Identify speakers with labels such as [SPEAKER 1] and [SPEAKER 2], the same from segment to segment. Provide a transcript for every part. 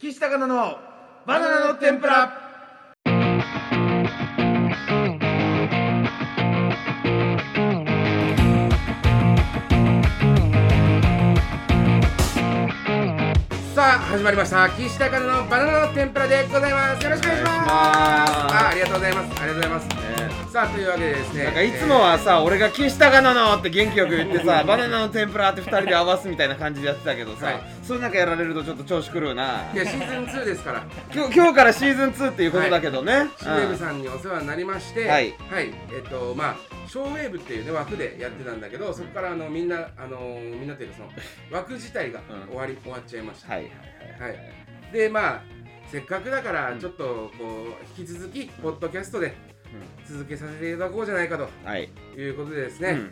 [SPEAKER 1] 岸高菜のバナナの天ぷらさあ始まりました岸高菜のバナナの天ぷらでございますよろしくお願いします
[SPEAKER 2] お願いします
[SPEAKER 1] あありがとうございますありがとうございますさあというわけでですね
[SPEAKER 2] なんかいつも
[SPEAKER 1] えー
[SPEAKER 2] はさ、俺が岸高菜のって元気よく言ってさ、バナナの天ぷらって二人で合わすみたいな感じでやってたけどさ、
[SPEAKER 1] はい
[SPEAKER 2] それなんかやられるとちょっと調子狂うな。
[SPEAKER 1] いやシーズン2ですから
[SPEAKER 2] 今日今日からシーズン2っていうことだけどね。
[SPEAKER 1] ショーウェー
[SPEAKER 2] う
[SPEAKER 1] ブ
[SPEAKER 2] ん
[SPEAKER 1] さんにお世話になりまして、
[SPEAKER 2] はい
[SPEAKER 1] えっとまあショーウェーブっていうね枠でやってたんだけど、そこからあのみんなあのみんなというかその枠自体が
[SPEAKER 2] うん
[SPEAKER 1] 終わり、終わっちゃいました。
[SPEAKER 2] はいはい
[SPEAKER 1] はいでまあせっかくだからちょっとこう引き続きポッドキャストで続けさせていただこうじゃないかと
[SPEAKER 2] はい。はい。
[SPEAKER 1] いうことでですね、
[SPEAKER 2] うん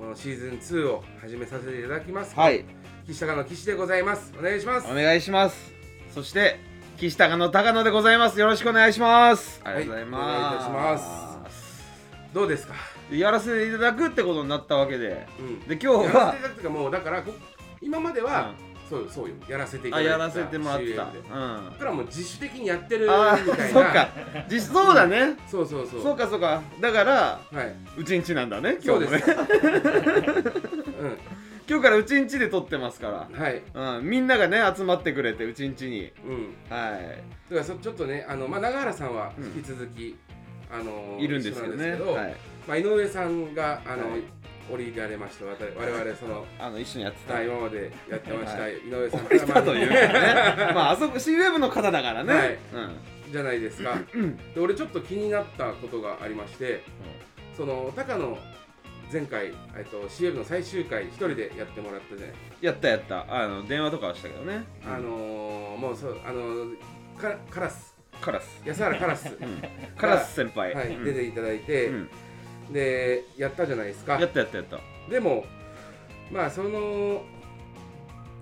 [SPEAKER 1] このシーズン2を始めさせていただきます。
[SPEAKER 2] はい。
[SPEAKER 1] 岸高の岸でございます。お願いします。
[SPEAKER 2] お願いします。そして、岸高の高野でございます。よろしくお願いします。あ
[SPEAKER 1] はい
[SPEAKER 2] りがとうございます。
[SPEAKER 1] お願いいたしどうですか。
[SPEAKER 2] やらせていただくってことになったわけで。
[SPEAKER 1] うん。
[SPEAKER 2] で、今日
[SPEAKER 1] やら
[SPEAKER 2] は
[SPEAKER 1] せていただ、くというかもうだからこ今までは、そうそうよやらせていた
[SPEAKER 2] あ、
[SPEAKER 1] だいて
[SPEAKER 2] や
[SPEAKER 1] た
[SPEAKER 2] らせてもらってた。
[SPEAKER 1] CM
[SPEAKER 2] う
[SPEAKER 1] で
[SPEAKER 2] ん
[SPEAKER 1] だ。からもう自主的にやってるみ
[SPEAKER 2] ああ
[SPEAKER 1] たい
[SPEAKER 2] そっ
[SPEAKER 1] な
[SPEAKER 2] か実そうだね、
[SPEAKER 1] そうそうそう
[SPEAKER 2] そうかそうかだから
[SPEAKER 1] はいう
[SPEAKER 2] ちんちなんだね
[SPEAKER 1] そ
[SPEAKER 2] 今
[SPEAKER 1] う
[SPEAKER 2] 日も
[SPEAKER 1] で
[SPEAKER 2] ね
[SPEAKER 1] す
[SPEAKER 2] 今日からうちんちで撮ってますか
[SPEAKER 1] うんはい
[SPEAKER 2] ら、うん、みんながね集まってくれてうちんちに
[SPEAKER 1] うん
[SPEAKER 2] はい
[SPEAKER 1] だからそちょっとねあの、まあ、永原さんは引き続き、あの
[SPEAKER 2] いるんですよ
[SPEAKER 1] 一緒
[SPEAKER 2] ね
[SPEAKER 1] なんですけど
[SPEAKER 2] はい、
[SPEAKER 1] まあ、井上さんがあの、
[SPEAKER 2] はい
[SPEAKER 1] 降りられました我々我々その
[SPEAKER 2] あの一緒にやってた、
[SPEAKER 1] はい今までやってました、
[SPEAKER 2] は
[SPEAKER 1] 井上さん
[SPEAKER 2] 降りたというか
[SPEAKER 1] まあ
[SPEAKER 2] ね まああそこ C ウェブの方だからね、
[SPEAKER 1] はい
[SPEAKER 2] うん
[SPEAKER 1] じゃないですか、で俺ちょっと気になったことがありましてその高野前回、えっと、CM の最終回一人でやってもらったじゃない
[SPEAKER 2] やったやったあの電話とかはしたけどね、
[SPEAKER 1] あのー、もうそうあのー、かカラス
[SPEAKER 2] カラス、
[SPEAKER 1] 安原カラ ス、
[SPEAKER 2] うん、カラス先輩、
[SPEAKER 1] はい、
[SPEAKER 2] うん
[SPEAKER 1] 出ていただいて、
[SPEAKER 2] うん
[SPEAKER 1] でやったじゃないですか
[SPEAKER 2] やったやったやった
[SPEAKER 1] でもまあその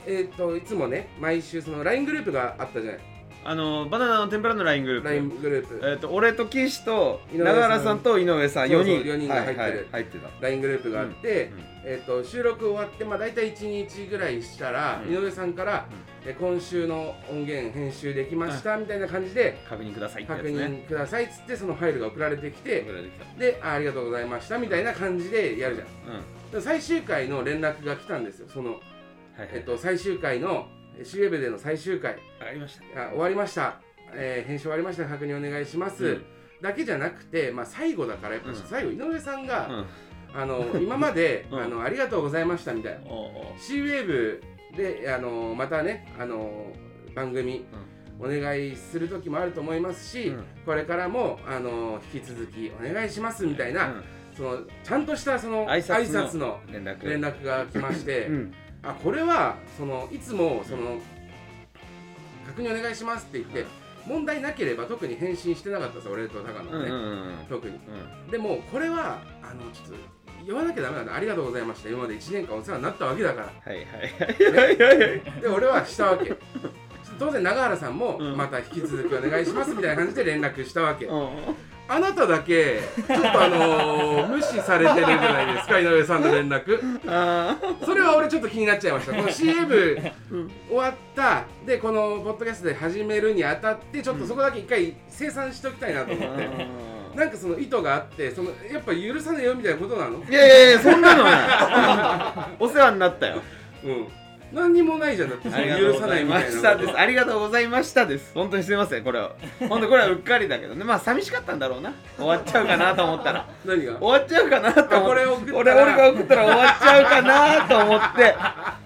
[SPEAKER 1] えっ、といつもね毎週その LINE グループがあったじゃない
[SPEAKER 2] あのバナナの天ぷらの LINE グループ
[SPEAKER 1] LINE グループ
[SPEAKER 2] えっと俺と岸と
[SPEAKER 1] 井上
[SPEAKER 2] 永
[SPEAKER 1] さん
[SPEAKER 2] 原さんと井上さん
[SPEAKER 1] そう
[SPEAKER 2] 4
[SPEAKER 1] そう
[SPEAKER 2] 人
[SPEAKER 1] 四人が入ってる
[SPEAKER 2] はいはい入ってた
[SPEAKER 1] LINE グループがあって、
[SPEAKER 2] うん
[SPEAKER 1] えっと収録終わって、まあ、大体1日ぐらいしたら、
[SPEAKER 2] うん
[SPEAKER 1] 井上さんから、え今週の音源編集できましたみたいな感じで
[SPEAKER 2] 確認くださいってやつ
[SPEAKER 1] 確
[SPEAKER 2] ね
[SPEAKER 1] 認くださいっつってそのファイルが送られてきて、
[SPEAKER 2] 送られてきた
[SPEAKER 1] であありがとうございましたみたいな感じでやるじゃん
[SPEAKER 2] うんは
[SPEAKER 1] で最終回の連絡が来たんですよその、
[SPEAKER 2] いは
[SPEAKER 1] えっ
[SPEAKER 2] い
[SPEAKER 1] と、最終回のえ C ウェブでの最終回
[SPEAKER 2] ありました
[SPEAKER 1] あ終わりました、えー編集終わりました確認お願いします、
[SPEAKER 2] うん
[SPEAKER 1] だけじゃなくて、まあ、最後だからやっぱ
[SPEAKER 2] うん
[SPEAKER 1] 最後井上さんが、
[SPEAKER 2] うん
[SPEAKER 1] あの今まで、
[SPEAKER 2] うん
[SPEAKER 1] あのありがとうございましたみたいな
[SPEAKER 2] おうおう
[SPEAKER 1] C ウェーブであのまたねあの番組お願いする時もあると思いますし、
[SPEAKER 2] うん
[SPEAKER 1] これからもあの引き続きお願いしますみたいな、
[SPEAKER 2] う
[SPEAKER 1] そのちゃんとしたその
[SPEAKER 2] 挨
[SPEAKER 1] 挨
[SPEAKER 2] 拶の
[SPEAKER 1] 拶の
[SPEAKER 2] ん連絡
[SPEAKER 1] 連絡が来まして、
[SPEAKER 2] うん
[SPEAKER 1] あこれはそのいつもその、確認お願いしますって言って、
[SPEAKER 2] うん
[SPEAKER 1] 問題なければ特に返信してなかったです俺と高野
[SPEAKER 2] う
[SPEAKER 1] は
[SPEAKER 2] んう
[SPEAKER 1] ね、
[SPEAKER 2] んうん
[SPEAKER 1] 特に
[SPEAKER 2] うん
[SPEAKER 1] でもこれはあのちょっと言わなきゃダメなんだありがとうございました今まで1年間お世話になったわけだか
[SPEAKER 2] はいはいはいはい
[SPEAKER 1] らで俺はしたわけ当然永原さんも
[SPEAKER 2] うん
[SPEAKER 1] また引き続きお願いしますみたいな感じで連絡したわけ、
[SPEAKER 2] うん
[SPEAKER 1] あなただけちょっとあの ー無視されてるじゃないですか井上さんの連絡
[SPEAKER 2] あ
[SPEAKER 1] それは俺ちょっと気になっちゃいましたこの CM 終わったでこのポッドキャストで始めるにあたってちょっとそこだけ一回清算しときたいなと思って、
[SPEAKER 2] ー
[SPEAKER 1] なんかその意図があってそのやっぱ許さねえよみたいなことなの
[SPEAKER 2] いやいやいやそんなのは ないお世話になったよ
[SPEAKER 1] うん何にもないじゃんだってそ
[SPEAKER 2] あり
[SPEAKER 1] の
[SPEAKER 2] がとう
[SPEAKER 1] 許
[SPEAKER 2] ご
[SPEAKER 1] さ
[SPEAKER 2] ざ
[SPEAKER 1] ないいみ
[SPEAKER 2] ま
[SPEAKER 1] たい
[SPEAKER 2] し
[SPEAKER 1] な
[SPEAKER 2] た
[SPEAKER 1] こ
[SPEAKER 2] で
[SPEAKER 1] と
[SPEAKER 2] す。ありがとうございましたです。本当にすみません、これは。本当これはうっかりだけどね。まあ寂しかったんだろうな。終わっちゃうかなと思ったら。
[SPEAKER 1] 何が
[SPEAKER 2] 終わっちゃうかなと思っ
[SPEAKER 1] あ
[SPEAKER 2] て。
[SPEAKER 1] これ送ったら
[SPEAKER 2] 俺俺が送ったら終わっちゃうかなと思って。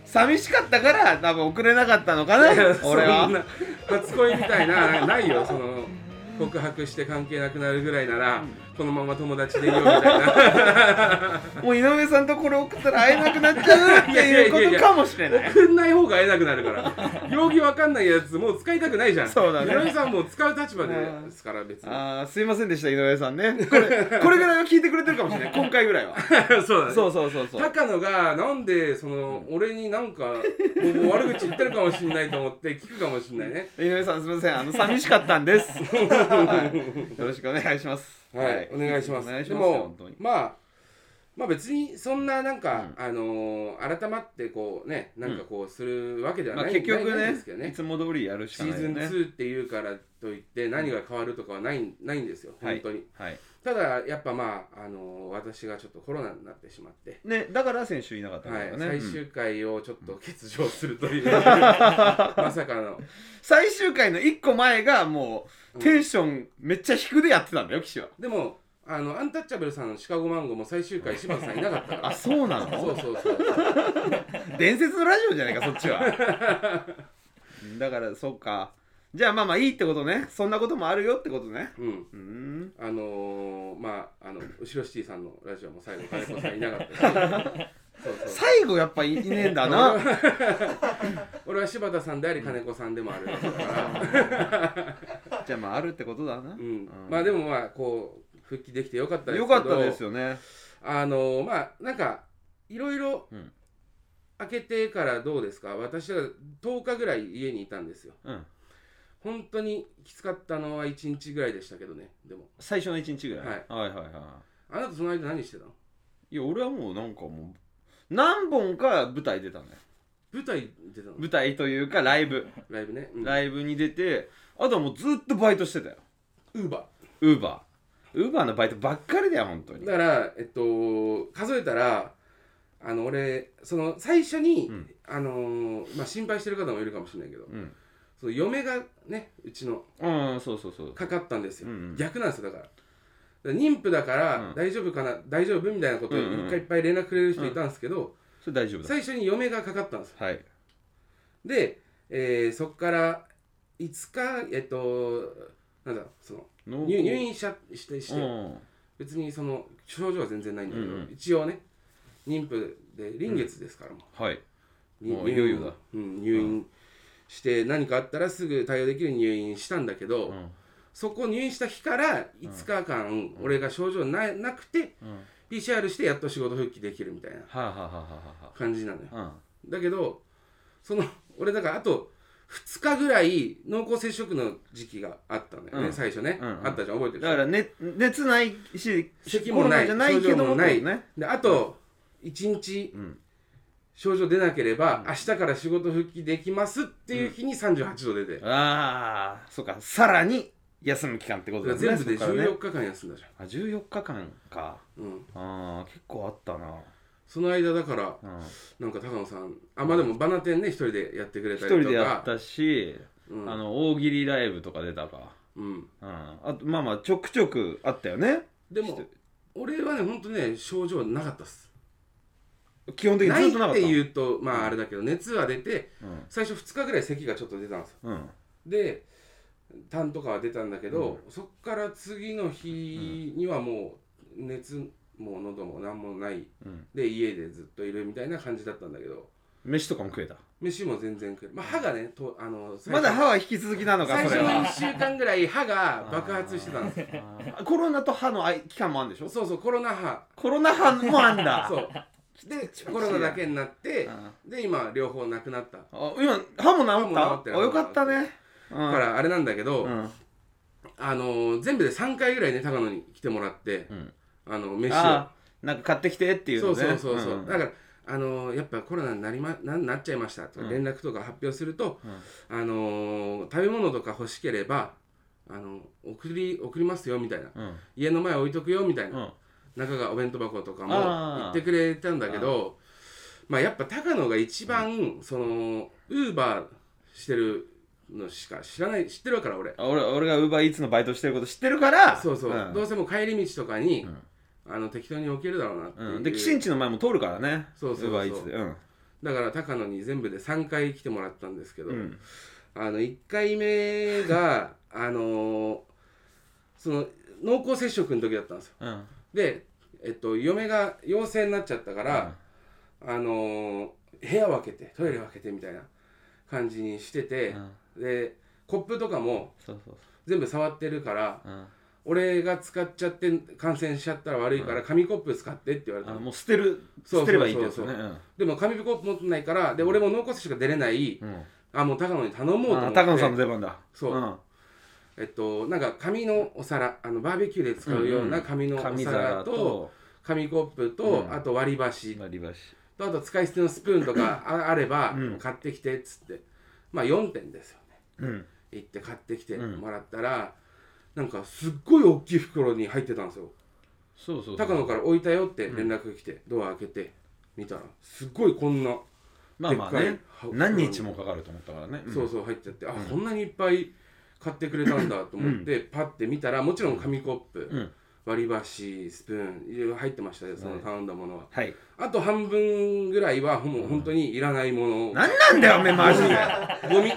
[SPEAKER 2] 寂しかったから多分送れなかったのかな。俺
[SPEAKER 1] そん
[SPEAKER 2] は。
[SPEAKER 1] な初恋みたいなないよその告白して関係なくなるぐらいならこのまま友達でいようみたい な
[SPEAKER 2] もう井上さんとこれ送ったら会えなくなっちゃうっていうことかもしれない。
[SPEAKER 1] 送んない方が会えなくなるから容疑わかんないやつもう使いたくないじゃん
[SPEAKER 2] そうだね
[SPEAKER 1] 井上さんもう使う立場ですから別に
[SPEAKER 2] あーすいませんでした井上さんねこれこれぐらいは聞いてくれてるかもし れない今回ぐらいは
[SPEAKER 1] そうだね
[SPEAKER 2] そうそうそうそう
[SPEAKER 1] 高野がなんでその俺になんかもう悪口言ってるかもしれないと思って聞くかもしれないね
[SPEAKER 2] 井上さんすいませんあの寂しかった んです、はい、よろしくお願いします
[SPEAKER 1] はい、お願いします
[SPEAKER 2] お願いし
[SPEAKER 1] で
[SPEAKER 2] ます
[SPEAKER 1] も
[SPEAKER 2] よ本当に
[SPEAKER 1] まあまあ別にそんななんか、
[SPEAKER 2] う
[SPEAKER 1] あのー改まってこうねなんかこうするわけでは
[SPEAKER 2] まあ、
[SPEAKER 1] ない、
[SPEAKER 2] 結局
[SPEAKER 1] ない
[SPEAKER 2] ね
[SPEAKER 1] ですけどね
[SPEAKER 2] いつも通りやるし
[SPEAKER 1] シ
[SPEAKER 2] かな
[SPEAKER 1] ー
[SPEAKER 2] い
[SPEAKER 1] ズ
[SPEAKER 2] よ
[SPEAKER 1] ン
[SPEAKER 2] ね
[SPEAKER 1] 2っていうからといって何が変わるとかはないないんですよ
[SPEAKER 2] はい
[SPEAKER 1] 本当に、
[SPEAKER 2] はい
[SPEAKER 1] ただやっぱまあ、あのー私がちょっとコロナになってしまって、
[SPEAKER 2] ねだから先週いなかったん
[SPEAKER 1] は
[SPEAKER 2] だ
[SPEAKER 1] い
[SPEAKER 2] よね、
[SPEAKER 1] 最
[SPEAKER 2] うん
[SPEAKER 1] 終回をちょっと欠場すると いう、まさかの
[SPEAKER 2] 最終回の1個前がもう、
[SPEAKER 1] うん
[SPEAKER 2] テンションめっちゃ低でやってたんだよ岸は
[SPEAKER 1] でもあのアンタッチャブルさんのシカゴマンゴーも最 終回柴田さんいなかったか
[SPEAKER 2] あ
[SPEAKER 1] ら
[SPEAKER 2] そうな
[SPEAKER 1] そう
[SPEAKER 2] の
[SPEAKER 1] そうそう
[SPEAKER 2] 伝説のラジオじゃないかそっちはだからそうかじゃあまあまあいいってことねそんなこともあるよってことね
[SPEAKER 1] うん
[SPEAKER 2] うーん
[SPEAKER 1] あのー、まああの後ろシティさんのラジオも最後金子さんいなか ったしそうそう
[SPEAKER 2] 最後やっぱいいねえん だな
[SPEAKER 1] 俺は柴田さんであり金子さんでもあるわけだから、
[SPEAKER 2] じゃあまああるってことだな、
[SPEAKER 1] うんまあでもまあこう復帰できてよかったです
[SPEAKER 2] よ
[SPEAKER 1] けど
[SPEAKER 2] かったですよね
[SPEAKER 1] あのー、まあなんかいろいろ
[SPEAKER 2] うん
[SPEAKER 1] 開けてからどうですか私は10日ぐらい家にいたんですよ
[SPEAKER 2] うん
[SPEAKER 1] 本当にきつかったのは1日ぐらいでしたけどねでも
[SPEAKER 2] 最初の1日ぐらい、
[SPEAKER 1] はい
[SPEAKER 2] はいはいはい
[SPEAKER 1] あなたその間何してたの
[SPEAKER 2] いや俺はもうなんかもう何本か舞台出たね
[SPEAKER 1] 舞台出たの
[SPEAKER 2] 舞台というかライブ
[SPEAKER 1] ライブね、
[SPEAKER 2] ライブに出てあとはもうずっとバイトしてたよ
[SPEAKER 1] ウーバ
[SPEAKER 2] ウーバーウーバーのバイトばっかりだよ本当
[SPEAKER 1] ー
[SPEAKER 2] に
[SPEAKER 1] だからえっと数えたらあの俺その最初に、
[SPEAKER 2] うん
[SPEAKER 1] あのーまあ心配してる方もいるかもしれないけど、
[SPEAKER 2] うん
[SPEAKER 1] その嫁がねうちの
[SPEAKER 2] うんそうそうそう
[SPEAKER 1] かかったんですよ、
[SPEAKER 2] うんうん
[SPEAKER 1] 逆なんですよだからだから妊婦だから、
[SPEAKER 2] うん
[SPEAKER 1] 大丈夫かな大丈夫みたいなことを
[SPEAKER 2] うん
[SPEAKER 1] いっ
[SPEAKER 2] うん
[SPEAKER 1] ぱいいっぱい連絡くれる人いたんですけど、
[SPEAKER 2] それ大丈夫だ
[SPEAKER 1] 最初に嫁がかかったんですよ
[SPEAKER 2] はい
[SPEAKER 1] で、えーそこから5日えっとなんだろうその
[SPEAKER 2] 濃
[SPEAKER 1] 入入院しちゃしてして、
[SPEAKER 2] うん
[SPEAKER 1] 別にその症状は全然ないんだけど、
[SPEAKER 2] うんうん
[SPEAKER 1] 一応ね妊婦で臨月ですからも
[SPEAKER 2] はい、
[SPEAKER 1] う、に
[SPEAKER 2] もういよいよだ、
[SPEAKER 1] うん、入院して何かあったらすぐ対応できる入院したんだけど、
[SPEAKER 2] うん
[SPEAKER 1] そこ入院した日から5日間、俺が症状ななくて
[SPEAKER 2] うん、は
[SPEAKER 1] PCR してやっと仕事復帰できるみたいな
[SPEAKER 2] あ、はあはあは
[SPEAKER 1] 感じなのよ
[SPEAKER 2] あはあ、
[SPEAKER 1] だけどその俺だからあと2日ぐらい濃厚接触の時期があったのよね、
[SPEAKER 2] うん
[SPEAKER 1] 最初ね、
[SPEAKER 2] うんうん
[SPEAKER 1] あったじゃん覚えて
[SPEAKER 2] う
[SPEAKER 1] る
[SPEAKER 2] ん、だから、ね、熱ないし
[SPEAKER 1] 咳もない
[SPEAKER 2] コロナじゃないけども
[SPEAKER 1] 症状もない
[SPEAKER 2] ってことね
[SPEAKER 1] であと1日
[SPEAKER 2] うん、
[SPEAKER 1] 症状出なければ、明日から仕事復帰できますっていう日に38度出て、
[SPEAKER 2] ああそうかさらに休む期間ってこ
[SPEAKER 1] だ
[SPEAKER 2] と
[SPEAKER 1] から
[SPEAKER 2] だ
[SPEAKER 1] 全
[SPEAKER 2] ね
[SPEAKER 1] 部で
[SPEAKER 2] そっからね
[SPEAKER 1] 14日間休んだじ
[SPEAKER 2] あ14日間か
[SPEAKER 1] ゃん、うん、
[SPEAKER 2] あー結構あったな、
[SPEAKER 1] その間だから
[SPEAKER 2] うん、
[SPEAKER 1] なんか高野さんあまあでもバナテンね一人でやってくれ
[SPEAKER 2] 一
[SPEAKER 1] たりとか
[SPEAKER 2] 人でやったし、
[SPEAKER 1] うん、
[SPEAKER 2] あの大喜利ライブとか出たか、
[SPEAKER 1] うん、
[SPEAKER 2] うん、あとまあまあちょくちょくあったよね
[SPEAKER 1] で
[SPEAKER 2] 一
[SPEAKER 1] も
[SPEAKER 2] 人
[SPEAKER 1] 俺はね本当ね症状なかったっす
[SPEAKER 2] 基本的に
[SPEAKER 1] ない
[SPEAKER 2] ず
[SPEAKER 1] っ
[SPEAKER 2] っとなかった
[SPEAKER 1] て言うとまああれだけど熱は出て
[SPEAKER 2] うん
[SPEAKER 1] 最初2日ぐらい咳がちょっと出たんですよ
[SPEAKER 2] うん
[SPEAKER 1] で痰とかは出たんだけど、そっから次の日にはもう熱も喉も何もない
[SPEAKER 2] うん
[SPEAKER 1] で家でずっといるみたいな感じだったんだけど
[SPEAKER 2] 飯とかも食えた
[SPEAKER 1] 飯も全然食えまあ歯がねとあの最
[SPEAKER 2] ま
[SPEAKER 1] 初
[SPEAKER 2] だ歯は引き続きなのか
[SPEAKER 1] 最
[SPEAKER 2] そ
[SPEAKER 1] 初
[SPEAKER 2] れ
[SPEAKER 1] の
[SPEAKER 2] は
[SPEAKER 1] 1週間ぐらい歯が爆発してたんですよ
[SPEAKER 2] あーコロナと歯のあい期間もあるんでしょ
[SPEAKER 1] そうそうコロナ歯
[SPEAKER 2] コロナ歯もあんだ
[SPEAKER 1] そう でコロナだけになって
[SPEAKER 2] うん
[SPEAKER 1] で今両方なくなっただ
[SPEAKER 2] あ今歯も治った
[SPEAKER 1] 歯も治ってる
[SPEAKER 2] あよかったねだか
[SPEAKER 1] からあれなんだけど、
[SPEAKER 2] うん
[SPEAKER 1] あのー全部で3回ぐらいね高野に来てもらって
[SPEAKER 2] うん
[SPEAKER 1] あの飯を
[SPEAKER 2] あーなんか買ってきてっていう
[SPEAKER 1] そ
[SPEAKER 2] の
[SPEAKER 1] う
[SPEAKER 2] ね
[SPEAKER 1] そうそうそう、
[SPEAKER 2] ん
[SPEAKER 1] だからあのーやっぱコロナになり、ま、ななっちゃいましたとか
[SPEAKER 2] うん
[SPEAKER 1] 連絡とか発表すると、あのー食べ物とか欲しければあの送り送りますよみたいな
[SPEAKER 2] うんうん
[SPEAKER 1] 家の前置いとくよみたいな、
[SPEAKER 2] うん
[SPEAKER 1] 中がお弁当箱とかも
[SPEAKER 2] あー
[SPEAKER 1] 言ってくれたんだけどまあやっぱ高野が一番、そのウーバーしてるのしか知らない知ってるから俺
[SPEAKER 2] あ俺俺がウーバーイーツのバイトしてること知ってるから
[SPEAKER 1] そうそう、
[SPEAKER 2] ん
[SPEAKER 1] どうせもう帰り道とかに、
[SPEAKER 2] うん
[SPEAKER 1] あの適当に置けるだろうなっていう、
[SPEAKER 2] うん、でキシンチの前も通るからね
[SPEAKER 1] そうそうそう
[SPEAKER 2] ウーバーイーツでうん、
[SPEAKER 1] だから高野に全部で3回来てもらったんですけど、
[SPEAKER 2] うん、
[SPEAKER 1] あの1回目が あのーその濃厚接触の時だったんですよ
[SPEAKER 2] うん
[SPEAKER 1] でえっと嫁が陽性になっちゃったから、あのー部屋を開けてトイレを開けてみたいな感じにして
[SPEAKER 2] う
[SPEAKER 1] て、
[SPEAKER 2] ん、
[SPEAKER 1] でコップとかも
[SPEAKER 2] そうそう
[SPEAKER 1] 全部触ってるから
[SPEAKER 2] そう、うん、
[SPEAKER 1] 俺が使っちゃって感染しちゃったら悪いから紙コップ使ってって言われた
[SPEAKER 2] あ
[SPEAKER 1] の、
[SPEAKER 2] もう捨てる
[SPEAKER 1] そうそうそうそう
[SPEAKER 2] 捨てればいいってやつね
[SPEAKER 1] でも紙コップ持ってないからで俺も濃厚接触が出れない
[SPEAKER 2] うんうん
[SPEAKER 1] あもう高野に頼もうと思
[SPEAKER 2] あ
[SPEAKER 1] って
[SPEAKER 2] 高野さんの出番だ
[SPEAKER 1] そう
[SPEAKER 2] うん
[SPEAKER 1] えっとなんか紙のお皿あのバーベキューで使うような紙のお
[SPEAKER 2] 紙
[SPEAKER 1] 皿
[SPEAKER 2] 皿
[SPEAKER 1] と,、
[SPEAKER 2] と
[SPEAKER 1] 紙コップと、
[SPEAKER 2] うん
[SPEAKER 1] あと割り箸
[SPEAKER 2] 割り箸
[SPEAKER 1] とあと使い捨てのスプーンとかああれば、
[SPEAKER 2] うん
[SPEAKER 1] 買ってきてっつってまあ4点ですよね
[SPEAKER 2] うん
[SPEAKER 1] 行って買ってきて
[SPEAKER 2] うん
[SPEAKER 1] もらったら、なんかすっごい大きい袋に入ってたんですよ
[SPEAKER 2] そうそうそう
[SPEAKER 1] 高野から置いたよって連絡が来て、ドア開けて見たらすっごいこんな、
[SPEAKER 2] まあまあ
[SPEAKER 1] でっ
[SPEAKER 2] ね
[SPEAKER 1] かい
[SPEAKER 2] 何日もかかると思ったからね
[SPEAKER 1] そうそう入っちゃってあ、こんなにいっぱい買ってくれたんだと思って、パッて見たらもちろん紙コップ、
[SPEAKER 2] うん
[SPEAKER 1] 割り箸スプーンいろいろ入ってましたよその頼んだものは、
[SPEAKER 2] はい
[SPEAKER 1] あと半分ぐらいはほぼ本当にいらないものを
[SPEAKER 2] 何なんだよおめえマジで
[SPEAKER 1] ゴミ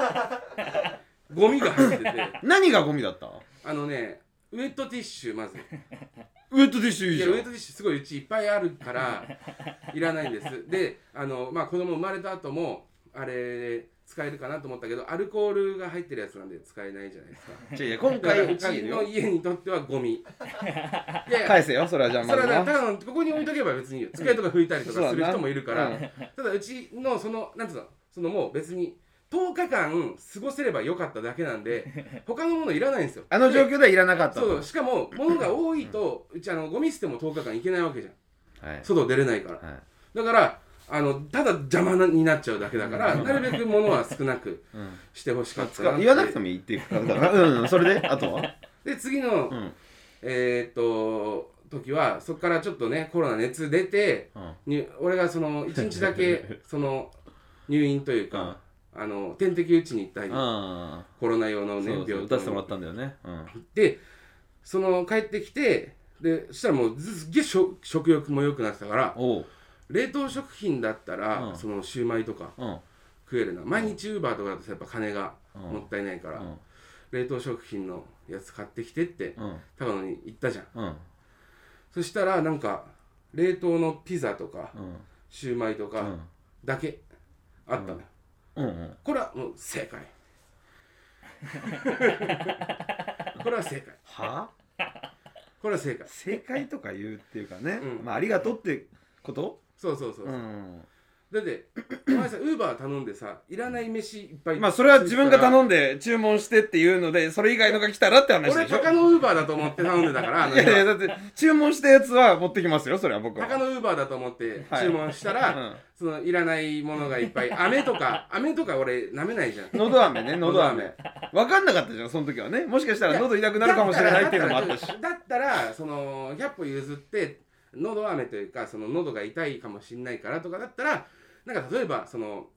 [SPEAKER 1] ゴミが入ってて
[SPEAKER 2] 何がゴミだった
[SPEAKER 1] あのねウェットティッシュまず
[SPEAKER 2] ウェットティッシュいい
[SPEAKER 1] い
[SPEAKER 2] じ
[SPEAKER 1] や
[SPEAKER 2] ゃ
[SPEAKER 1] ウェッ
[SPEAKER 2] ん
[SPEAKER 1] トティッシュすごいうちいっぱいあるからいらないんですであのまあ子供生まれた後もあれ使えるかなと思ったけどアルコールが入ってるやつなんで使えないじゃないですか
[SPEAKER 2] いやいや今
[SPEAKER 1] だから
[SPEAKER 2] 回う
[SPEAKER 1] うち
[SPEAKER 2] ち
[SPEAKER 1] の家にとってはゴミいやいや
[SPEAKER 2] 返せよそれはじゃあ
[SPEAKER 1] そ
[SPEAKER 2] ま
[SPEAKER 1] れ
[SPEAKER 2] ず
[SPEAKER 1] はだか
[SPEAKER 2] な
[SPEAKER 1] らここに置いとけば別にいいよ机とか拭いたりとかする人もいるから、
[SPEAKER 2] そうだ
[SPEAKER 1] ただうちのそのなんつうのそのもう別に10日間過ごせればよかっただけなんで 他のものいらないんですよ
[SPEAKER 2] あの状
[SPEAKER 1] で
[SPEAKER 2] 況ではいらなかったと
[SPEAKER 1] そうしかも物が多いとうちあのゴミ捨ても10日間行けないわけじゃん
[SPEAKER 2] はい
[SPEAKER 1] 外出れないから
[SPEAKER 2] はい
[SPEAKER 1] だからあのただ邪魔なになっちゃうだけだから
[SPEAKER 2] うん
[SPEAKER 1] なるべく物は少なく
[SPEAKER 2] うん
[SPEAKER 1] してほしかった
[SPEAKER 2] 使
[SPEAKER 1] な
[SPEAKER 2] う言わなくてもいいっていうことだなうんうんそれであとは
[SPEAKER 1] で次の、
[SPEAKER 2] うんうん
[SPEAKER 1] えーっと時はそこからちょっとねコロナ熱出てに俺がその1日だ けその入院というか、あの点滴打ちに行ったり
[SPEAKER 2] あ
[SPEAKER 1] コロナ用の
[SPEAKER 2] あ
[SPEAKER 1] ね
[SPEAKER 2] そうそう
[SPEAKER 1] 病
[SPEAKER 2] 歌わせてもら
[SPEAKER 1] っ
[SPEAKER 2] ったんだよねうん
[SPEAKER 1] でその帰ってきてでそしたらもうすっげえ食食欲も良くなってたから
[SPEAKER 2] おう
[SPEAKER 1] 冷凍食品だったら、
[SPEAKER 2] うん
[SPEAKER 1] そのシューマイとか
[SPEAKER 2] うん
[SPEAKER 1] 食えるな毎日ウーバーとかだとやっぱ金が
[SPEAKER 2] うん
[SPEAKER 1] もったいないから、
[SPEAKER 2] うん
[SPEAKER 1] 冷凍食品のやつ買ってきてって
[SPEAKER 2] うん
[SPEAKER 1] 高野に言ったじゃん
[SPEAKER 2] うん
[SPEAKER 1] そしたらなんか冷凍のピザとか
[SPEAKER 2] うん
[SPEAKER 1] シューマイと
[SPEAKER 2] う
[SPEAKER 1] か
[SPEAKER 2] ん
[SPEAKER 1] だけあったのよ、
[SPEAKER 2] うんうん
[SPEAKER 1] これはもう正 解これは正解
[SPEAKER 2] は
[SPEAKER 1] これは正解
[SPEAKER 2] 正解とか言うっていうかね
[SPEAKER 1] うん
[SPEAKER 2] まあありがとうってこと
[SPEAKER 1] そうそうそう、
[SPEAKER 2] うん
[SPEAKER 1] だってお前さウーバー頼んでさいらない飯いっぱい
[SPEAKER 2] まあそれは自分が頼
[SPEAKER 1] ん
[SPEAKER 2] んで注文してっていうのでそれ以外のが来たらって話
[SPEAKER 1] 俺
[SPEAKER 2] でしょ
[SPEAKER 1] 高野ウーバーだと思って頼んでたからあの
[SPEAKER 2] いやいやだって注文したやつは持ってきますよそれは僕は
[SPEAKER 1] 高野ウーバーだと思って注文したら、
[SPEAKER 2] うん
[SPEAKER 1] そのいらないものがいっぱい飴とか飴とか俺舐めないじゃん
[SPEAKER 2] 喉 飴ね喉飴
[SPEAKER 1] 喉
[SPEAKER 2] 分かんなかったじゃんその時はねもしかしたら喉痛くなるかもしれないっていうのもあったし
[SPEAKER 1] だったらその100歩譲って喉飴というかその喉が痛いかもしれないからとかだったらなんか例えばその